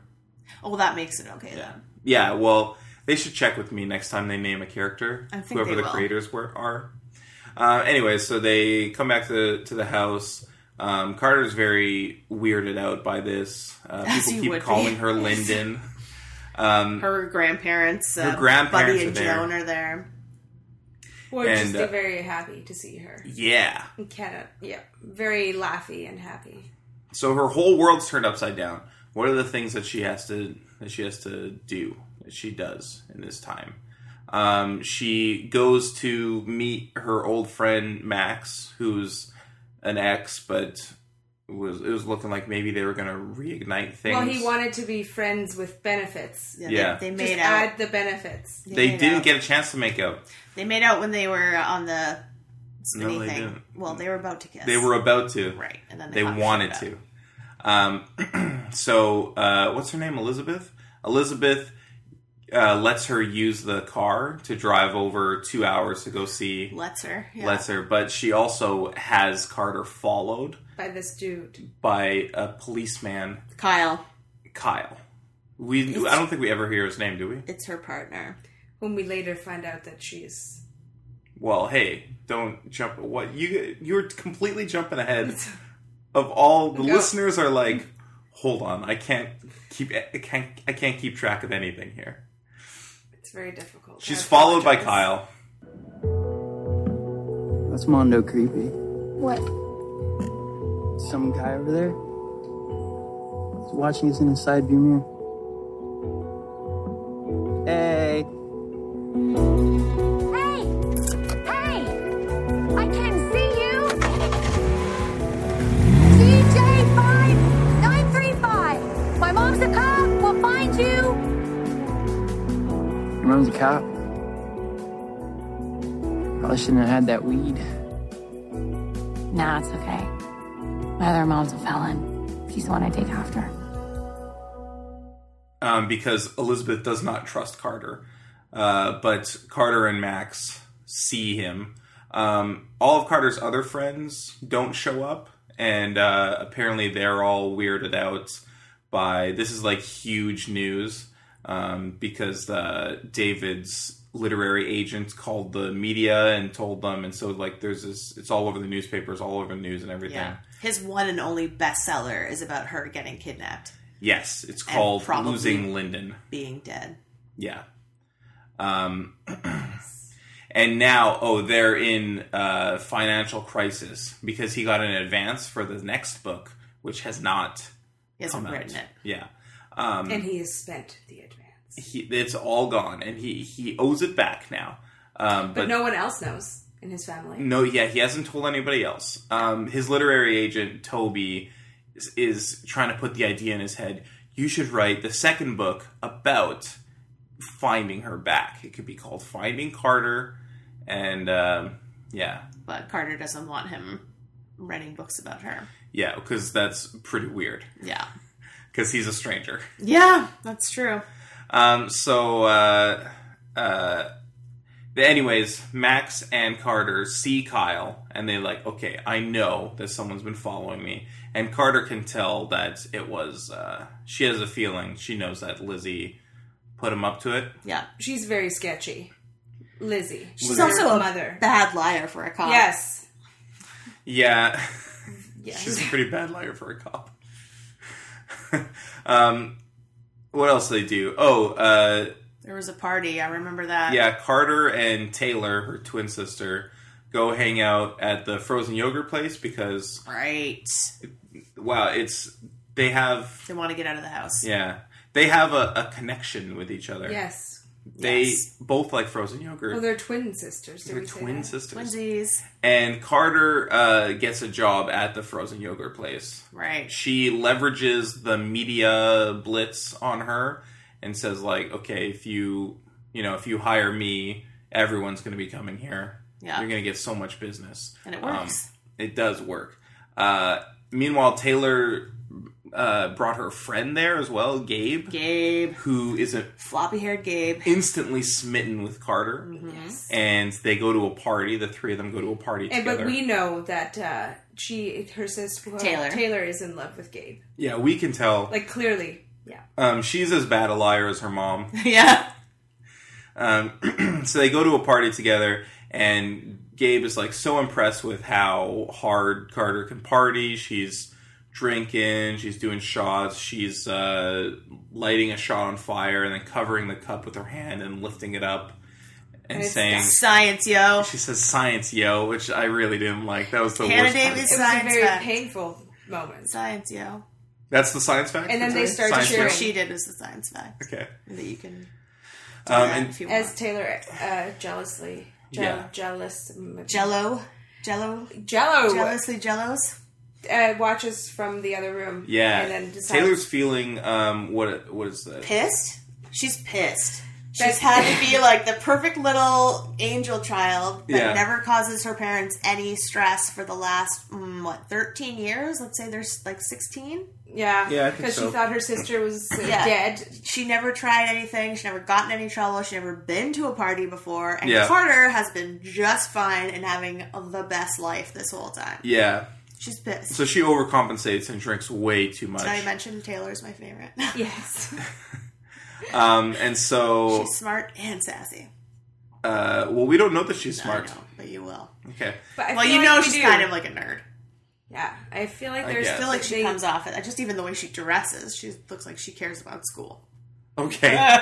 S4: Oh, well, that makes it okay then.
S3: Yeah, well, they should check with me next time they name a character,
S4: I think
S3: whoever
S4: they
S3: the
S4: will.
S3: creators were are. Uh, anyway, so they come back to to the house. Um, Carter's very weirded out by this. Uh,
S4: As
S3: people
S4: he
S3: keep
S4: would be.
S3: calling her Lyndon. Um,
S4: Her grandparents,
S3: Her
S4: uh,
S3: grandparents
S4: Buddy
S3: are
S4: and
S3: there.
S4: Joan are there.
S2: We're
S3: And,
S2: just
S3: uh,
S2: very happy to see her.
S3: yeah.
S2: We cannot. Yeah. Very laughy and happy.
S3: So her whole world's turned upside down. What are the things that she has to that she has to do that she does in this time? Um, she goes to meet her old friend Max, who's an ex, but was it was looking like maybe they were going to reignite things.
S2: Well, he wanted to be friends with benefits.
S4: Yeah,
S3: Yeah.
S4: They, they
S2: Just
S4: made out.
S2: add the benefits.
S3: they
S4: made
S3: didn't
S4: out.
S3: get a chance to make out.
S4: They made out when they were on the spinny
S3: No, they
S4: thing.
S3: didn't.
S4: Well, they were about to kiss.
S3: They were about to.
S4: Right, and then
S3: they
S4: they got
S3: wanted
S4: shut
S3: to. Um, so uh, what's her name? Elizabeth. Elizabeth uh, lets her use the car to drive over two hours to go see
S4: Let's her. Yeah.
S3: lets her, but she also has Carter followed
S2: By this dude.
S3: by a policeman,
S4: Kyle.
S3: Kyle. We I don't think we ever hear his name, do we?
S4: It's her partner.
S2: Whom we later find out that she's.
S3: Well, hey, don't jump. What you you're completely jumping ahead of all the listeners are like. Hold on, I can't keep I can't I can't keep track of anything here.
S2: It's very difficult.
S3: She's
S2: I
S3: followed by
S2: apologize.
S3: Kyle.
S13: That's Mondo creepy.
S7: What?
S13: Some guy over there. He's watching us in his side view mirror. Hey.
S7: Hey! Hey! I can see you! DJ5935! My mom's a cop! We'll find you!
S13: Your mom's a cop. Probably shouldn't have had that weed.
S11: Nah, it's okay. My other mom's a felon. She's the one I take after.
S3: um, because Elizabeth does not trust Carter. Uh, but Carter and Max see him. Um, all of Carter's other friends don't show up, and uh, apparently they're all weirded out by this is like huge news um, because uh, David's literary agent called the media and told them, and so like there's this it's all over the newspapers, all over the news and everything.
S4: Yeah. His one and only bestseller is about her getting kidnapped.
S3: Yes, it's
S4: And
S3: called
S4: probably-
S3: Losing Lyndon.
S4: being dead.
S3: Yeah. Um, and now, oh, they're in uh, financial crisis because he got an advance for the next book, which has not.
S2: He hasn't
S3: come out.
S2: written it.
S3: Yeah. Um,
S2: and he has spent the advance.
S3: he, it's all gone, and he he owes it back now. Um,
S2: But, no one else knows in his family.
S3: No, yeah, he hasn't told anybody else. Um, his literary agent Toby is, is trying to put the idea in his head. You should write the second book about finding her back. It could be called Finding Carter, and um, yeah,
S4: But Carter doesn't want him writing books about her.
S3: yeah, because that's pretty weird.
S4: Yeah.
S3: because he's a stranger.
S4: Yeah, that's true.
S3: Um, so, uh, uh, anyways, Max and Carter see Kyle, and they like, okay, I know that someone's been following me, and Carter can tell that it was. Uh, she has a feeling. She knows that Lizzie put him up to it.
S4: Yeah.
S2: She's very sketchy. Lizzie.
S3: She's Lizzie. also
S2: Her
S3: a
S2: mother.
S4: Bad liar for a cop.
S2: Yes.
S3: Yeah.
S2: Yes.
S3: She's a pretty bad liar for a cop. um, what else they do? Oh, uh,
S4: There was a party. I remember that.
S3: yeah, Carter and Taylor, her twin sister, go hang out at the frozen yogurt place because
S4: Right.
S3: wow, it's they have
S4: They want to get out of the house.
S3: yeah they have a, a connection with each other.
S2: Yes.
S3: they
S2: Yes.
S3: both like frozen yogurt.
S2: Well, they're twin sisters. did
S3: They're
S2: we say
S3: twin
S2: that?
S3: sisters.
S4: Twinsies.
S3: and Carter uh, gets a job at the frozen yogurt place.
S4: Right.
S3: She leverages the media blitz on her and says like, okay, if you you know if you hire me, everyone's going to be coming here.
S4: Yeah.
S3: You're going to get so much business.
S4: And it works.
S3: Um, it does work. Uh, meanwhile, Taylor uh, brought her friend there as well, Gabe.
S4: Gabe,
S3: who is a
S4: floppy haired Gabe,
S3: instantly smitten with Carter.
S2: Yes.
S3: And they go to a party. The three of them go to a party
S2: And,
S3: together.
S2: but we know that uh, she, her sister
S4: Taylor.
S2: Taylor is in love with Gabe.
S3: yeah, we can tell.
S2: Like clearly, yeah.
S3: Um, she's as bad a liar as her mom.
S4: yeah.
S3: Um, so they go to a party together, and Gabe is like so impressed with how hard Carter can party. She's drinking, she's doing shots, she's uh, lighting a shot on fire, and then covering the cup with her hand and lifting it up and,
S4: It's
S3: saying.
S4: science, yo.
S3: She says science, yo, which I really didn't like. That was the
S4: Hannah
S3: worst.
S4: Davis
S3: part.
S2: It was a
S4: Science
S2: very
S4: fact.
S2: painful moment.
S4: Science, yo.
S3: That's the science fact.
S2: And then they start
S3: Science
S2: sharing.
S3: fact?
S4: She did was the science fact.
S3: Okay.
S4: That you can.
S3: Um,
S4: that
S3: and
S4: if you want.
S2: As Taylor uh, jealously, je-
S3: Yeah.
S2: jealous, mm,
S4: Jello. Jello.
S2: Jello.
S4: Jealously Jellos.
S2: uh, watches from the other room.
S3: Yeah.
S2: and then decides
S3: Taylor's feeling um what what is that?
S4: Pissed? She's pissed. She's had to be like the perfect little angel child that
S3: Yeah.
S4: never causes her parents any stress for the last mm, what thirteen years. Let's say there's like sixteen.
S2: Yeah,
S3: Yeah, I think 'cause she so. thought
S2: her sister was uh,
S4: dead. She never tried anything. She never gotten any trouble. She never been to a party before. And
S3: Yeah.
S4: Carter has been just fine and having the best life this whole time.
S3: Yeah.
S4: She's pissed.
S3: So she overcompensates and drinks way too much.
S4: Did I mention Taylor's my favorite?
S2: Yes.
S3: Um and so
S4: She's smart and sassy.
S3: uh well we don't know that she's smart.
S4: But you will.
S3: Okay.
S2: But I
S4: well,
S2: feel
S4: you
S2: like
S4: know
S2: we
S4: she's
S2: do.
S4: kind of like a nerd.
S2: Yeah, I feel like
S3: I
S2: there's
S3: guess.
S4: I feel like she
S2: they-
S4: comes off it. Just even the way she dresses, she looks like she cares about school.
S3: Okay.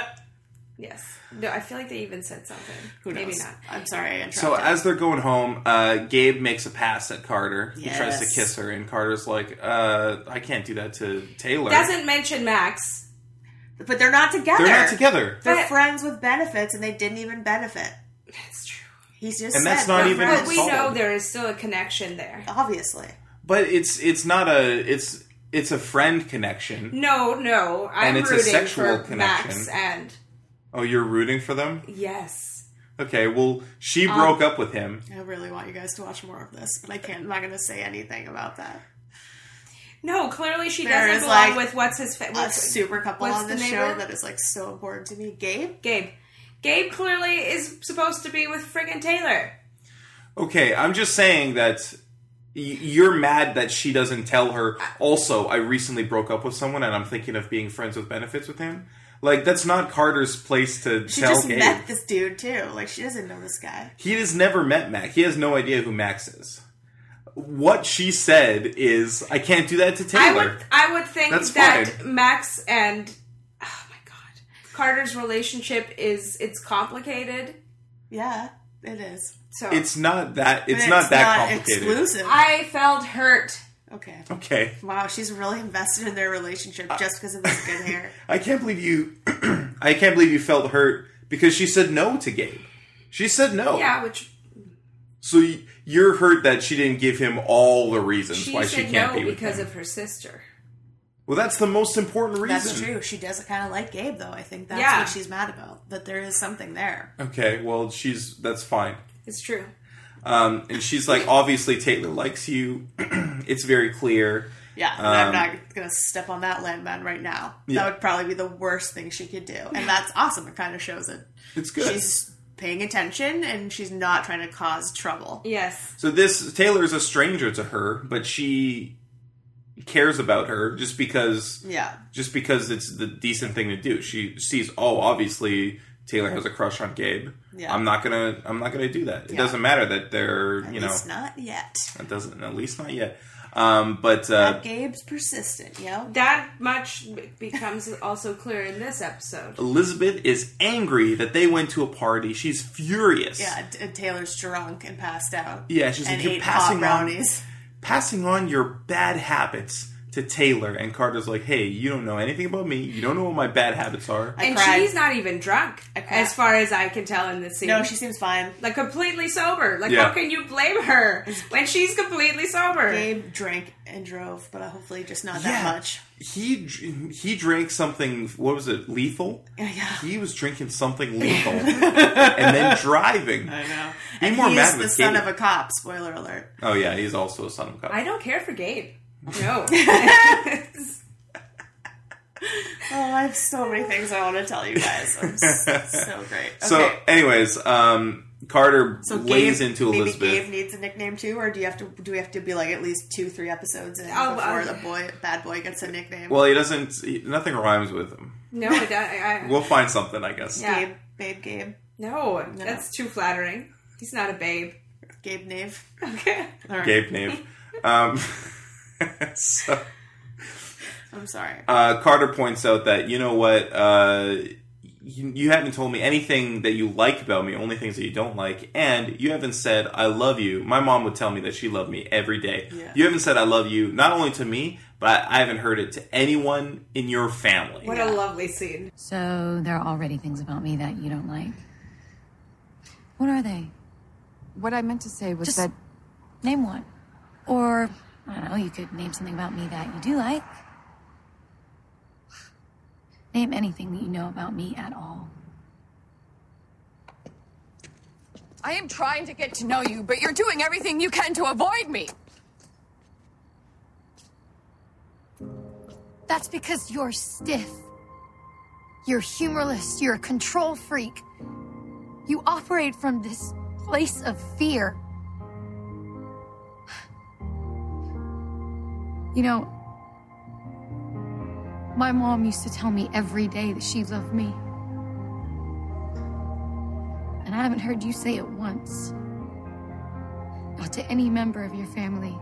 S2: Yes, no, I feel like they even said something.
S4: Who knows?
S2: Maybe not.
S4: I'm sorry. I
S3: So
S4: interrupted.
S3: as they're going home, uh, Gabe makes a pass at Carter. He tries to
S4: Yes.
S3: kiss her, and Carter's like, uh, "I can't do that to Taylor."
S2: Doesn't mention Max.
S4: but they're not together.
S3: They're not together.
S4: They're friends with benefits, and they didn't even benefit.
S2: That's true.
S4: He's just
S3: And that's
S4: said
S3: not
S4: they're
S3: even
S4: friends.
S2: But we know there is still a connection there.
S4: obviously.
S3: But it's it's not a it's it's a friend connection.
S2: No, no, I'm
S3: And it's a
S2: rooting
S3: sexual
S2: for
S3: connection.
S2: Max and
S3: Oh, you're rooting for them?
S2: yes,
S3: Okay, well, she
S4: Um,
S3: broke up with him.
S4: I really want you guys to watch more of this, but I can't. I'm not going to say anything about that.
S2: no. Clearly, she
S4: There is,
S2: doesn't belong
S4: like,
S2: with what's his fa-
S4: A
S2: what's
S4: super couple
S2: what's
S4: on
S2: the
S4: the
S2: neighbor?
S4: show that is like so important to me. Gabe.
S2: Gabe. Gabe clearly is supposed to be with friggin' Taylor.
S3: Okay, I'm just saying that y- you're mad that she doesn't tell her. Also, I recently broke up with someone, and I'm thinking of being friends with benefits with him. Like that's not Carter's place to
S4: She
S3: tell
S4: just
S3: Gabe.
S4: met this dude too. Like she doesn't know this guy.
S3: He has never met Max. He has no idea who Max is. what she said is, "I can't do that to
S2: I
S3: Taylor."
S2: would I would think
S3: That's
S2: that
S3: fine.
S2: Max and oh my god, Carter's relationship is it's complicated.
S4: Yeah, it is.
S2: So
S3: It's not that. It's,
S2: But
S3: not
S2: it's
S3: that
S2: not
S3: complicated.
S2: I felt hurt.
S4: Okay.
S3: Okay,
S4: Wow, she's really invested in their relationship
S3: Uh,
S4: just because of his good hair.
S3: I can't believe you. I can't believe you felt hurt because she said no to Gabe. She said no.
S2: Yeah, which
S3: So y- you're hurt that she didn't give him all the reasons
S2: she
S3: why
S2: said
S3: she can't
S2: no
S3: be with him.
S2: because of her sister.
S3: Well, that's the most important reason.
S4: That's true. She does kind of like Gabe, though. I think that's
S2: Yeah.
S4: what she's mad about. But there is something there.
S3: Okay, well, she's that's fine.
S2: It's true.
S3: Um, and she's like, obviously Taylor likes you. it's very clear.
S4: Yeah, and I'm
S3: Um,
S4: not going to step on that landmine right now.
S3: Yeah.
S4: That would probably be the worst thing she could do. And that's awesome. It kind of shows it.
S3: It's good.
S4: She's paying attention and she's not trying to cause trouble.
S2: Yes.
S3: So this Taylor is a stranger to her, but she cares about her just because
S4: Yeah.
S3: just because it's the decent thing to do. She sees, oh, obviously Taylor has a crush on Gabe.
S4: Yeah.
S3: I'm not gonna I'm not gonna do that. It
S4: Yeah.
S3: doesn't matter that they're you know Uh,
S4: It's not yet.
S3: it doesn't at least not yet. Um, but uh,
S4: Gabe's persistent, you know?
S2: That much be- becomes also clear in this episode.
S3: Elizabeth is angry that they went to a party. She's furious.
S4: Yeah, t- and Taylor's drunk and passed out.
S3: Yeah, she's
S4: and
S3: like, you're
S4: ate
S3: passing
S4: hot
S3: on-
S4: brownies.
S3: passing on your bad habits to Taylor. And Carter's like, hey, you don't know anything about me. You don't know what my bad habits are.
S2: and she's not even drunk, as far as I can tell in this scene.
S4: No, she seems fine.
S2: Like completely sober. Like
S3: Yeah.
S2: how can you blame her when she's completely sober?
S4: Gabe drank and drove, but hopefully just not that
S3: Yeah.
S4: much.
S3: He dr- he drank something. What was it? Lethal.
S4: Yeah,
S3: He was drinking something lethal, and then driving. I
S4: know.
S3: Be
S4: And
S3: more
S4: he's
S3: mad
S4: the
S3: with
S4: son
S3: Gabe.
S4: of a cop. Spoiler alert.
S3: oh yeah, he's also a son of a cop.
S2: I don't care for Gabe. No.
S4: Oh, I have so many things I want to tell you guys. I'm so, so great. Okay.
S3: So, anyways, um, Carter
S4: So
S3: lays
S4: Gabe-
S3: into Elizabeth.
S4: Maybe Gabe needs a nickname too, or do you have to? Do we have to be like at least two, three episodes in
S2: Oh,
S4: before
S2: uh,
S4: the boy, bad boy, gets a nickname?
S3: well, he doesn't. He, nothing rhymes with him.
S2: No, I, I,
S3: We'll find something, I guess.
S2: Yeah.
S4: Gabe, babe, Gabe.
S2: No, that's too flattering. He's not a babe.
S4: Gabe Nave.
S2: Okay.
S4: All right.
S3: Gabe Nave. Um, so,
S4: I'm sorry.
S3: uh, Carter points out that you know what uh, you, you haven't told me anything that you like about me, only things that you don't like, and you haven't said I love you. My mom would tell me that she loved me every day.
S2: Yeah.
S3: You haven't said I love you, not only to me, but I haven't heard it to anyone in your family.
S2: What a lovely scene.
S11: So there are already things about me that you don't like. What are they?
S14: What I meant to say was
S11: Just
S14: that
S11: name one. Or, I don't know, you could name something about me that you do like. Name anything that you know about me at all.
S14: I am trying to get to know you, but you're doing everything you can to avoid me.
S11: That's because you're stiff. You're humorless. You're a control freak. You operate from this place of fear. You know, my mom used to tell me every day that she loved me. And I haven't heard you say it once. Not to any member of your family.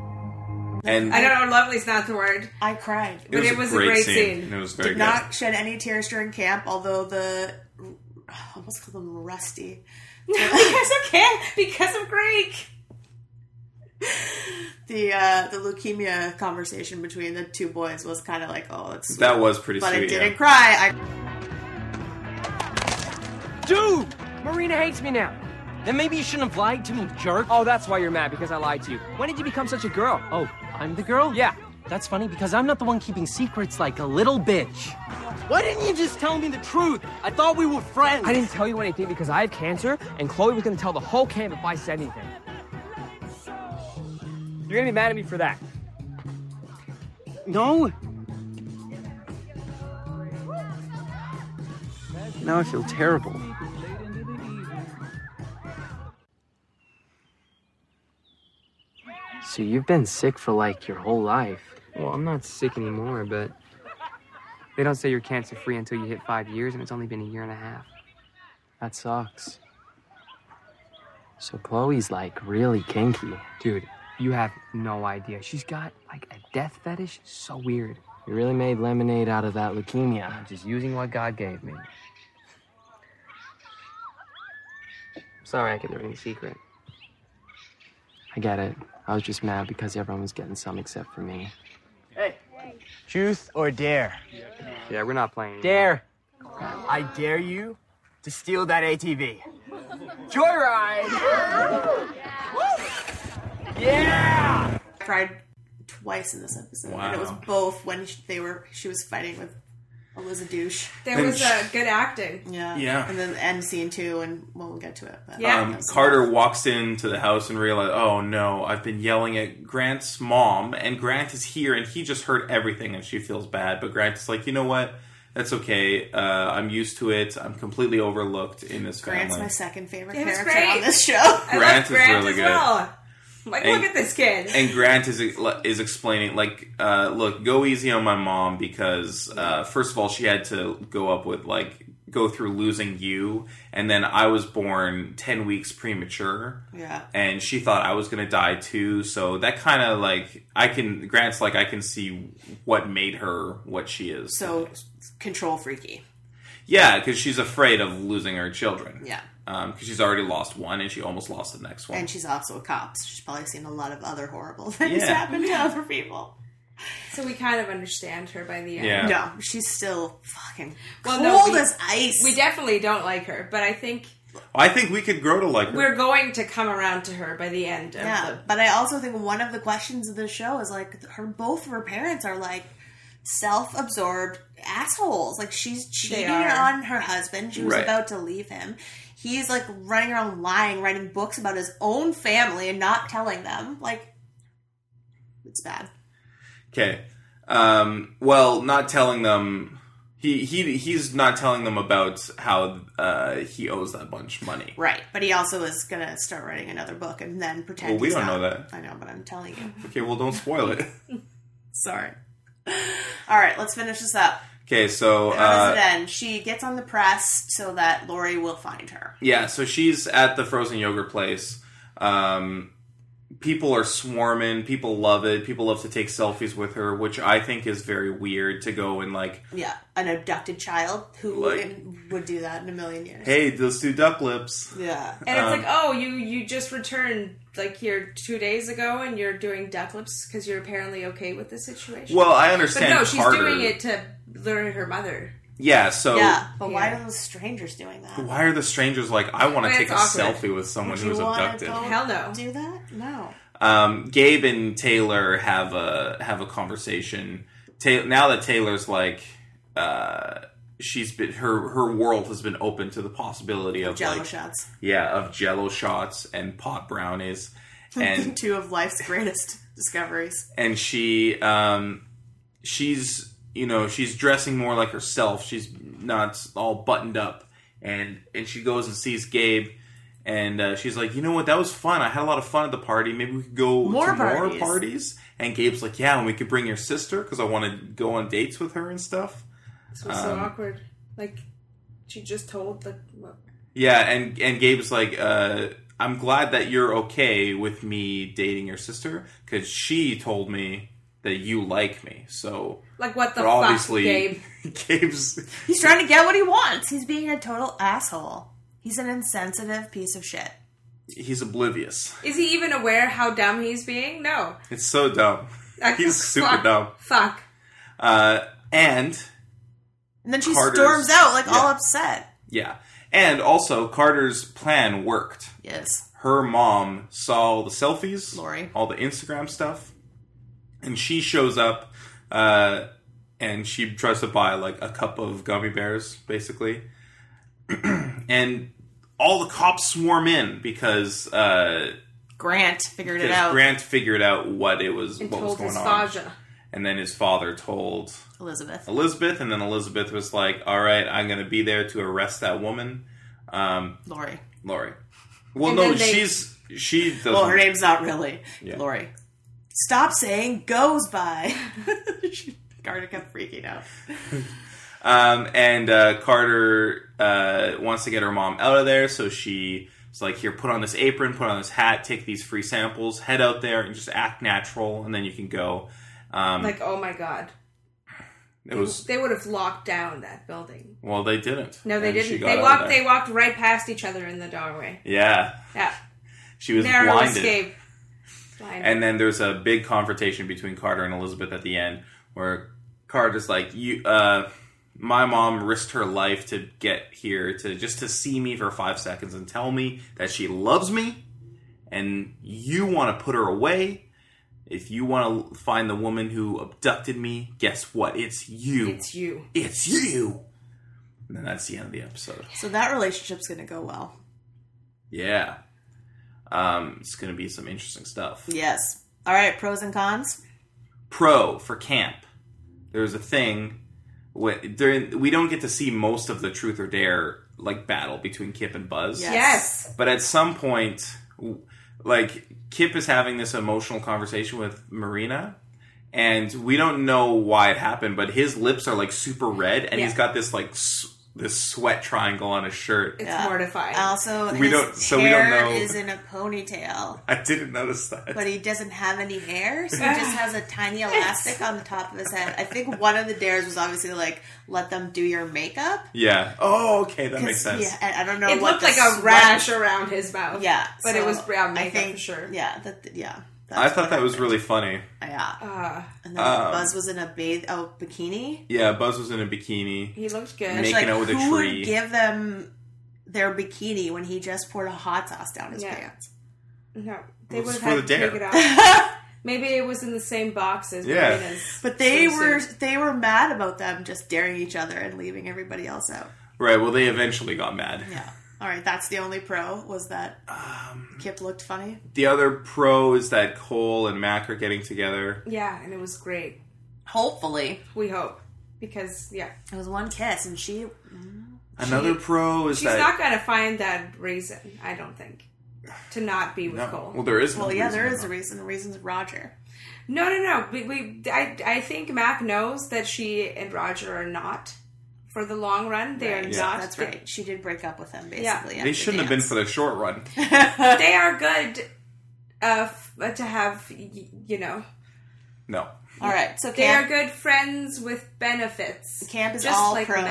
S3: And
S2: I don't know, lovely's not the word.
S4: I cried.
S3: It was a great scene, and it was very
S4: Did
S3: good.
S4: not shed any tears during camp, although the I almost called them rusty.
S2: because of camp, because of Greek.
S4: The uh, the leukemia conversation between the two boys was kind of like, oh, it's sweet.
S3: That was pretty
S4: but
S3: sweet,
S4: I
S3: yeah.
S4: didn't cry. I
S15: Dude! Marina hates me now. Then maybe you shouldn't have lied to me, jerk. Oh, that's why you're mad, because I lied to you. When did you become such a girl? Oh, I'm the girl? Yeah. That's funny, because I'm not the one keeping secrets like a little bitch. Why didn't you just tell me the truth? I thought we were friends. I didn't tell you anything because I have cancer, and Chloe was gonna tell the whole camp if I said anything. You're gonna be mad at me for that. No,
S9: Now I feel terrible.
S15: So you've been sick for like your whole life. Well, I'm not sick anymore, but they don't say you're cancer free until you hit five years, and it's only been a year and a half. That sucks. So Chloe's like really kinky. Dude,
S16: You have no idea. She's got like a death fetish. So weird.
S15: You really made lemonade out of that leukemia.
S16: I'm just using what God gave me. Sorry, I kept everything secret.
S15: I get it. I was just mad because everyone was getting some except for me.
S16: Hey.
S10: Truth or dare?
S16: Yeah, we're not playing.
S10: Dare. I dare you to steal that ATV.
S4: Joyride! Yeah! Tried twice in this episode, and it was
S3: Wow.
S4: both when sh- they were she was fighting with Eliza Douche.
S2: There And was, uh, sh- good acting.
S4: Yeah.
S3: Yeah.
S4: And then the end scene too, and well, we'll get to it. But
S3: Um, Carter walks into the house and realizes, oh no, I've been yelling at Grant's mom, and Grant is here, and he just heard everything, and she feels bad. But Grant's like, you know what? That's okay. Uh, I'm used to it. I'm completely overlooked in this
S4: Grant's
S3: family.
S4: my second favorite
S2: It was
S4: character
S2: great.
S4: on this show.
S2: I
S3: Grant
S2: love Grant
S3: is really
S2: as
S3: good.
S2: well. Like,
S3: And-
S2: look at this kid.
S3: And Grant is is explaining like, uh, look, go easy on my mom because uh, first of all, she had to go up with like go through losing you, and then I was born ten weeks premature.
S4: Yeah.
S3: and she thought I was gonna die too. So that kind of like I can Grant's like I can see what made her what she is.
S4: So control freaky.
S3: yeah, because she's afraid of losing her children.
S4: Yeah.
S3: because she's already lost one and she almost lost the next one.
S4: And she's also a cop, so she's probably seen a lot of other horrible things
S3: Yeah.
S4: happen to other people.
S2: So we kind of understand her by the end.
S3: Yeah.
S4: No, she's still fucking
S2: Well,
S4: cold
S2: no, we-
S4: as ice.
S2: We definitely don't like her, but I think
S3: I think we could grow to like her.
S2: we're going to come around to her by the end. Of
S4: Yeah, but I also think one of the questions of the show is like her both of her parents are like self-absorbed assholes. Like she's cheating
S2: are.
S4: on her husband. She was
S2: Right.
S4: about to leave him. He's like running around lying, writing books about his own family and not telling them. Like it's bad.
S3: Okay. Um, well, not telling them. He, he he's not telling them about how uh, he owes that bunch money.
S4: Right. But he also is gonna start writing another book and then pretend
S3: Well, we
S4: he's
S3: don't
S4: not.
S3: know that.
S4: I know, but I'm telling you.
S3: Okay, well, don't spoil it.
S4: Sorry. All right, let's finish this up.
S3: Okay, so
S4: How does
S3: uh,
S4: it end? She gets on the press so that Lori will find her.
S3: Yeah, so she's at the frozen yogurt place. Um, people are swarming. People love it. People love to take selfies with her, which I think is very weird to go and like,
S4: Yeah, an abducted child who
S3: Like-
S4: in- would do that in a million years.
S3: hey, those two duck lips.
S4: Yeah,
S2: And it's
S3: Um,
S2: like, oh, you you just returned like here two days ago, and you're doing duck lips because you're apparently okay with the situation.
S3: Well, I understand
S2: But no, she's
S3: Carter-
S2: doing it to lure her mother.
S3: yeah. So
S4: yeah, but why are those strangers doing that?
S3: why are the strangers like, I want to
S4: That's
S3: take a
S4: awkward.
S3: selfie with someone
S4: Would
S3: who
S4: you
S3: was
S4: wanna
S3: abducted?
S4: go
S2: Hell no.
S4: Do that? No.
S3: um, Gabe and Taylor have a have a conversation. Ta- now that Taylor's like, uh, she's been her her world has been open to the possibility of
S4: Jello
S3: like,
S4: shots.
S3: yeah, of Jello shots and pot brownies, and
S4: Two of life's greatest discoveries.
S3: and she um, she's you know she's dressing more like herself. She's not all buttoned up, and and she goes and sees Gabe. And uh, she's like, you know what? That was fun. I had a lot of fun at the party. Maybe we could go
S4: More
S3: to more
S4: parties."
S3: parties. And Gabe's like, yeah, and we could bring your sister because I want to go on dates with her and stuff.
S2: This was so
S3: Um,
S2: awkward. Like she just told the.
S3: Yeah, and and Gabe's like, uh, I'm glad that you're okay with me dating your sister because she told me that you like me. So
S2: Like, what the
S3: but
S2: fuck,
S3: obviously,
S2: Gabe?
S3: Gabe's
S4: He's trying to get what he wants. He's being a total asshole. He's an insensitive piece of shit.
S3: he's oblivious.
S2: Is he even aware how dumb he's being? No.
S3: It's so dumb.
S2: I-
S3: he's super
S2: fuck,
S3: dumb.
S2: Fuck.
S3: Uh, and
S4: And then she
S3: Carter's-
S4: storms out like all
S3: yeah.
S4: upset.
S3: yeah, and also Carter's plan worked.
S4: Yes.
S3: her mom saw all the selfies,
S4: Lori.
S3: all the Instagram stuff, and she shows up, uh, and she tries to buy like a cup of gummy bears, basically, and all the cops swarm in because uh,
S4: Grant figured it
S3: because
S4: out.
S3: Grant figured out what it was,
S4: And
S3: what was
S4: told
S3: going
S4: his
S3: on,
S4: father.
S3: and then his father told
S4: Elizabeth.
S3: Elizabeth, and then Elizabeth was like, "All right, I'm going to be there to arrest that woman." Um,
S4: Lori.
S3: Lori. Well,
S4: And
S3: no,
S4: then they-
S3: she's she. Doesn't,
S4: Well, her name's not really
S3: Yeah.
S4: Lori. Stop saying goes by. Carter kept freaking out.
S3: Um, and uh, Carter uh, wants to get her mom out of there, so she It's like here, put on this apron, put on this hat, take these free samples, head out there and just act natural, and then you can go. Um,
S2: like, oh my god.
S3: it was
S2: They would have locked down that building.
S3: well, they didn't.
S2: No, they
S3: And she
S2: didn't.
S3: got
S2: They
S3: out
S2: walked.
S3: of
S2: They
S3: there.
S2: walked right past each other in the doorway.
S3: Yeah,
S2: Yeah,
S3: she was
S2: narrow
S3: blinded.
S2: escape. Blinded.
S3: And then there's a big confrontation between Carter and Elizabeth at the end, where Carter's like, "You, uh, my mom risked her life to get here to just to see me for five seconds and tell me that she loves me, and you want to put her away. If you want to find the woman who abducted me, guess what? It's you.
S2: It's you.
S3: It's you." And then that's the end of the episode.
S4: So that relationship's going to go well.
S3: Yeah, um, it's going to be some interesting stuff.
S4: Yes. All right, pros and cons.
S3: pro for camp. There's a thing wh- during we don't get to see most of the truth or dare like battle between Kip and Buzz.
S2: Yes. Yes.
S3: But at some point, w- like Kip is having this emotional conversation with Marina. And we don't know why it happened, but his lips are like super red, and he's
S2: Yeah.
S3: got this like s- this sweat triangle on his shirt.
S2: It's mortifying.
S4: Also,
S3: We
S4: his
S3: don't- so we don't
S4: hair
S3: know.
S4: is in a ponytail,
S3: I didn't notice that.
S4: but he doesn't have any hair, so he just has a tiny elastic on the top of his head. I think one of the dares was obviously like, let them do your makeup.
S3: yeah. Oh, okay, that makes sense.
S4: Yeah, and I don't know.
S2: It looked
S4: what the
S2: like a
S4: sweat-
S2: rash around his mouth.
S4: Yeah,
S2: but it
S4: so
S2: was brown
S4: I
S2: makeup
S4: think-
S2: for sure.
S4: Yeah, that yeah.
S3: I thought that was really funny.
S4: Yeah. and then
S3: Um,
S4: Buzz was in a bathe oh bikini.
S3: Yeah, Buzz was in a bikini.
S4: He looked
S3: good. Making out with a
S4: who
S3: tree.
S4: Would give them their bikini when he just poured a hot sauce down his
S2: Yeah.
S4: pants.
S2: No, they
S4: Well,
S2: would
S4: it's
S2: have
S4: for
S2: had
S4: the
S2: to take it
S4: dare.
S2: off. Maybe it was in the same box as
S3: Yeah.
S2: Marina's
S4: But they
S2: swimsuit.
S4: were they were mad about them just daring each other and leaving everybody else out.
S3: Right. Well, they eventually got mad.
S4: Yeah. All right, that's the only pro was that
S3: Um,
S4: Kip looked funny.
S3: The other pro is that Cole and Mac are getting together.
S2: Yeah, and it was great.
S4: Hopefully,
S2: we hope because yeah,
S4: it was one kiss, and she.
S3: Another pro is
S2: she's
S3: that
S2: not going to find that reason. I don't think to not be with
S3: No.
S2: Cole.
S3: Well, there is no
S4: Well, yeah,
S3: reason
S4: there
S3: to
S4: is a reason. The reason's Roger.
S2: No, no, no. We, we I, I think Mac knows that she and Roger are not for the long run. They are
S4: Right.
S2: not.
S4: That's right. She did break up with him
S2: basically.
S3: they shouldn't have been for the short run.
S2: they are good uh, f- to have. y- You know,
S3: No.
S4: All right, so
S2: they
S4: camp-
S2: are good friends with benefits.
S4: Camp is all pro.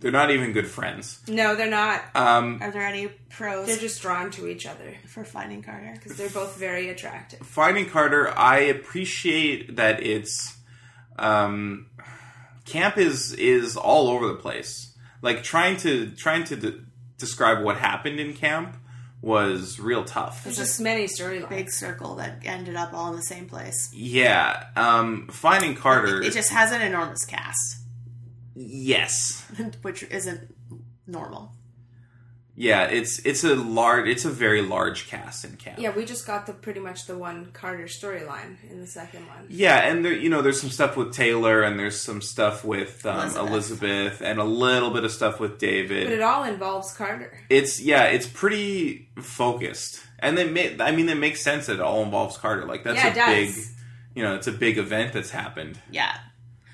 S3: They're not even good friends.
S2: No, they're not.
S4: Uh,
S3: Um,
S4: Are there any pros?
S2: They're just drawn to each other
S4: for finding Carter
S2: because they're both very attractive.
S3: Finding Carter, I appreciate that it's um, camp is is all over the place. Like trying to trying to de- describe what happened in camp was real tough.
S2: There's just many storylines.
S4: Big circle that ended up all in the same place.
S3: Yeah, um, finding Carter.
S4: It just has an enormous cast,
S3: yes.
S4: which isn't normal.
S3: Yeah, it's it's a large, it's a very large cast in camp.
S2: Yeah, we just got the pretty much the one Carter storyline in the second one.
S3: Yeah, and there you know there's some stuff with Taylor, and there's some stuff with um, Elizabeth.
S2: Elizabeth.
S3: and a little bit of stuff with David.
S2: But it all involves Carter.
S3: it's yeah, it's pretty focused, and they ma- I mean, it makes sense that it all involves Carter. Like that's
S4: Yeah, it
S3: a big,
S4: does.
S3: you know, it's a big event that's happened.
S4: Yeah.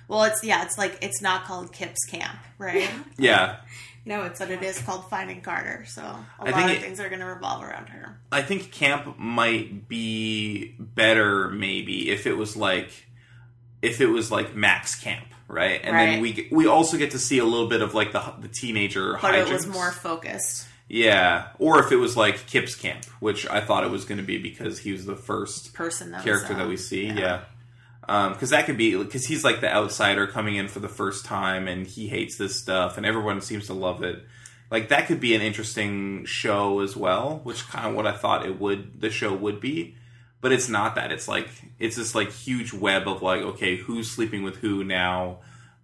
S4: Well, it's yeah, it's like it's not called Kip's Camp, right?
S3: Yeah,
S4: no, it's but it is called Finding Carter. So a
S3: I
S4: lot
S3: think
S4: of
S3: it-
S4: things are going to revolve around her.
S3: I think camp might be better maybe if it was like if it was like Max Camp, right? And then
S4: Right.
S3: we get- we also get to see a little bit of like the the teenager
S4: But it was
S3: hijinks.
S4: more focused.
S3: Yeah, or if it was like Kip's camp, which I thought it was going to be because he was the first
S4: Person that we
S3: character
S4: saw.
S3: that we see. Yeah, because that could be because he's like the outsider coming in for the first time, and he hates this stuff, and everyone seems to love it. Like that could be an interesting show as well, which kind of what I thought it would the show would be, but it's not that. It's like it's this like huge web of like okay, who's sleeping with who now.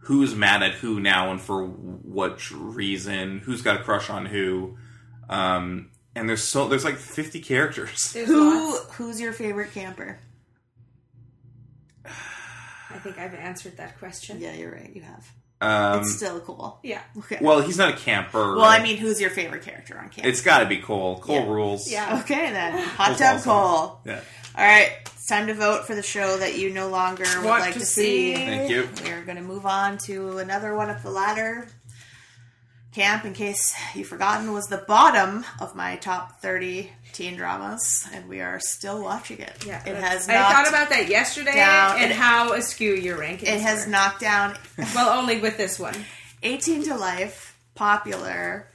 S3: Who's mad at who now and for what reason? Who's got a crush on who? Um, and there's so there's like 50 characters.
S4: Who who's your favorite camper?
S2: I think I've answered that question.
S4: Yeah, you're right. You have.
S3: Um,
S4: it's still cool.
S2: Yeah.
S4: Okay.
S3: Well, he's not a camper.
S4: Well, I
S3: right?
S4: mean, who's your favorite character on camp?
S3: it's got to be Cole. Cole rules.
S4: Yeah. Okay then. Hot
S3: Cole's
S4: tub
S3: awesome.
S4: Cole.
S3: Yeah.
S4: All right, it's time to vote for the show that you no longer would
S2: Want
S4: like
S2: to
S4: to
S2: see.
S4: see.
S3: Thank you.
S4: We're going to move on to another one up the ladder. camp, in case you've forgotten, was the bottom of my top 30 teen dramas, and we are still watching it. Yeah, it has.
S2: I
S4: knocked
S2: thought about that yesterday
S4: down-
S2: and how askew your rankings.
S4: It has
S2: were.
S4: knocked down.
S2: well, only with this one.
S4: 18 to Life, popular.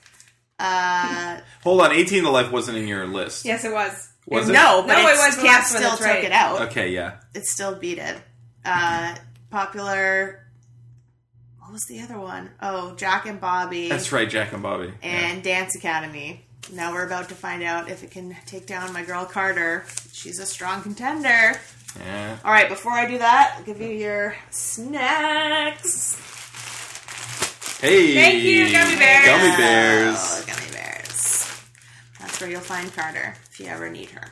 S4: Uh,
S3: Hold on, 18 to Life wasn't in your list.
S4: yes, it was.
S3: Was it?
S4: no, but
S2: No, it
S4: it's-
S2: was the
S4: Camp
S2: last one,
S4: still
S2: that's
S4: took
S2: right.
S4: it out.
S3: Okay, yeah.
S4: It still beat it. Uh, popular. What was the other one? Oh, Jack and Bobby.
S3: That's right, Jack and Bobby.
S4: and Dance Academy. Now we're about to find out if it can take down my girl Carter. She's a strong contender.
S3: Yeah.
S4: All right, before I do that, I'll give you your snacks.
S3: Hey!
S4: Thank you, Gummy Bears.
S3: Gummy Bears.
S4: Oh, gummy bears. That's where you'll find Carter if you ever need her.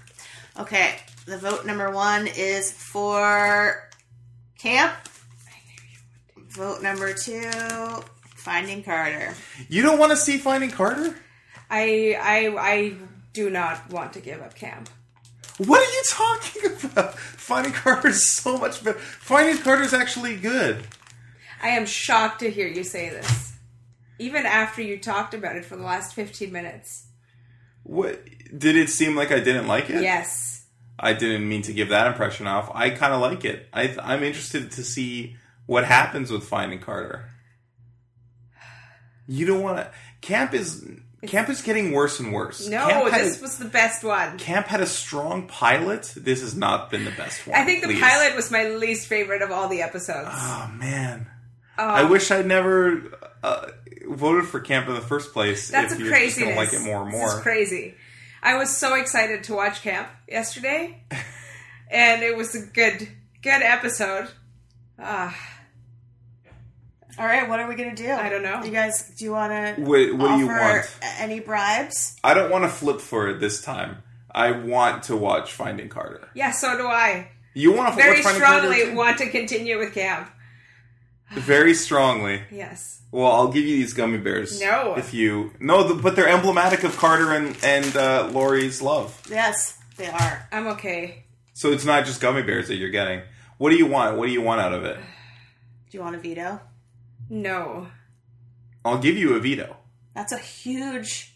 S4: Okay, the vote number one is for Camp. Vote number two, Finding Carter.
S3: You don't want to see Finding Carter?
S2: I I I do not want to give up camp.
S3: What are you talking about? Finding Carter is so much better. Finding Carter is actually good.
S2: I am shocked to hear you say this, even after you talked about it for the last fifteen minutes.
S3: What did it seem like I didn't like it?
S2: Yes,
S3: I didn't mean to give that impression off. I kind of like it. I, I'm interested to see what happens with Finding Carter. You don't want to. Camp is camp is getting worse and worse.
S2: no,
S3: Camp had
S2: this
S3: a,
S2: was the best one.
S3: camp had a strong pilot. This has not been the best one.
S2: I think the
S3: please.
S2: pilot was my least favorite of all the episodes.
S3: Oh man,
S2: Oh.
S3: I wish I'd never uh, voted for camp in the first place.
S2: That's
S3: if
S2: a
S3: you're just
S2: craziness.
S3: gonna like it more and
S2: This
S3: more.
S2: is crazy. I was so excited to watch camp yesterday, and it was a good good episode. Ah,
S4: All right, what are we gonna do? I don't know. You guys, do you want to?
S3: What- what do you want?
S4: Any bribes?
S3: I don't want to flip for it this time. I want to watch Finding Carter.
S2: yeah, so do I.
S3: You want to
S2: Very
S3: watch Finding Carter?
S2: strongly want to continue with camp.
S3: Very strongly.
S2: Yes.
S3: Well, I'll give you these gummy bears.
S2: No.
S3: If you no, th but they're emblematic of Carter and and uh, Lori's love.
S4: Yes, they are.
S2: I'm okay.
S3: So it's not just gummy bears that you're getting. What do you want? What do you want out of it?
S4: Do you want a veto?
S2: No.
S3: I'll give you a veto.
S4: That's a huge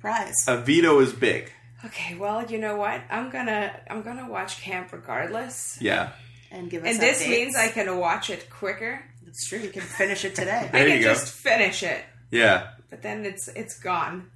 S4: prize.
S3: A veto is big.
S2: Okay, well, you know what? I'm gonna I'm gonna watch camp regardless.
S3: Yeah.
S4: And give us.
S2: And this
S4: updates.
S2: means I can watch it quicker.
S4: That's true. You can finish it today.
S3: There
S2: I can
S3: you go.
S2: just finish it,
S3: Yeah.
S2: but then it's it's gone.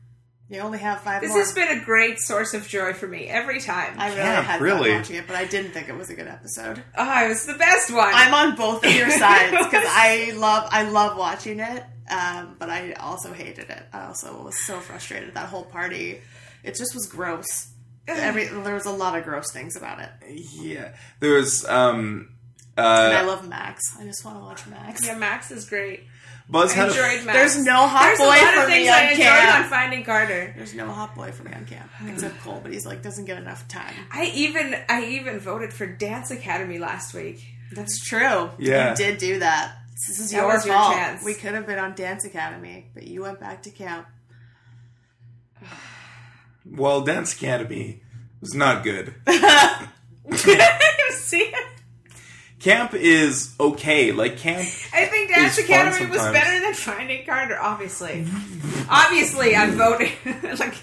S4: You only have five.
S2: This
S4: more.
S2: has been a great source of joy for me every time.
S4: I really
S3: Camp,
S4: had
S3: really.
S4: fun watching it, but I didn't think it was a good episode.
S2: Oh, it was the best one.
S4: I'm on both of your sides because I love I love watching it, um, but I also hated it. I also was so frustrated that whole party. It just was gross. Every there was a lot of gross things about it.
S3: Yeah. There was um uh
S4: and I love Max. I just want to watch Max.
S2: Yeah, Max is great.
S3: Buzz
S2: I
S3: had a-
S2: enjoyed Max.
S4: There's no hot
S2: There's
S4: boy
S2: a lot
S4: for
S2: of
S4: me
S2: things
S4: on
S2: I enjoyed
S4: camp.
S2: on Finding Carter.
S4: There's no hot boy for me on camp except Cole, but he's like doesn't get enough time.
S2: I even I even voted for Dance Academy last week.
S4: That's true.
S3: Yeah.
S4: you did do that. This is
S2: That
S4: your
S2: was your
S4: fault.
S2: chance.
S4: We could have been on Dance Academy, but you went back to camp.
S3: well Dance Academy was not good. Hmm.
S2: See,
S3: Camp is okay. Like camp
S2: I think Dance
S3: It's fun
S2: Academy was
S3: sometimes.
S2: better than Finding Carter. Obviously, obviously, I'm voting like.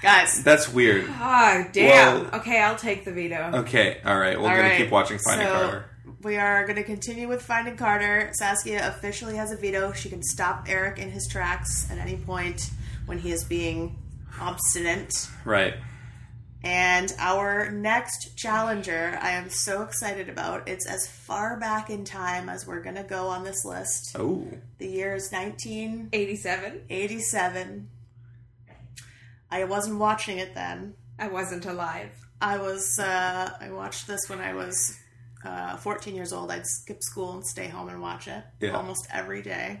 S4: Guys,
S3: that's weird.
S2: Ah, damn.
S3: Well- uh,
S2: okay, I'll take the veto.
S3: Okay, all right. We're
S4: All
S3: gonna
S4: right,
S3: keep watching Finding
S4: so-
S3: Carter.
S4: We are going to continue with Finding Carter. Saskia officially has a veto. She can stop Eric in his tracks at any point when he is being obstinate.
S3: Right.
S4: And our next challenger, I am so excited about. It's as far back in time as we're going to go on this list.
S3: Oh.
S4: The year is 1987. 87. I wasn't watching it then.
S2: I wasn't alive.
S4: I was, uh, I watched this when I was uh, 14 years old. I'd skip school and stay home and watch it
S3: Yeah.
S4: almost every day.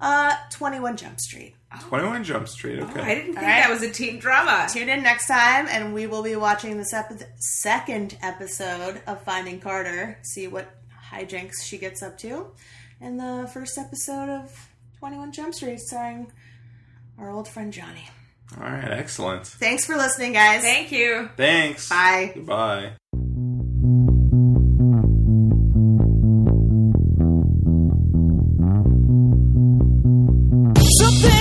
S4: Uh, 21 Jump Street.
S3: Twenty one Jump Street, okay.
S2: Oh. I didn't think that was a teen drama.
S4: Tune in next time, and we will be watching this epi- second episode of Finding Carter, see what hijinks she gets up to, and the first episode of 21 Jump Street starring our old friend Johnny.
S3: All right, excellent.
S4: Thanks for listening, guys.
S2: Thank you.
S3: Thanks.
S4: Bye.
S3: Goodbye.
S17: Thank you.
S1: something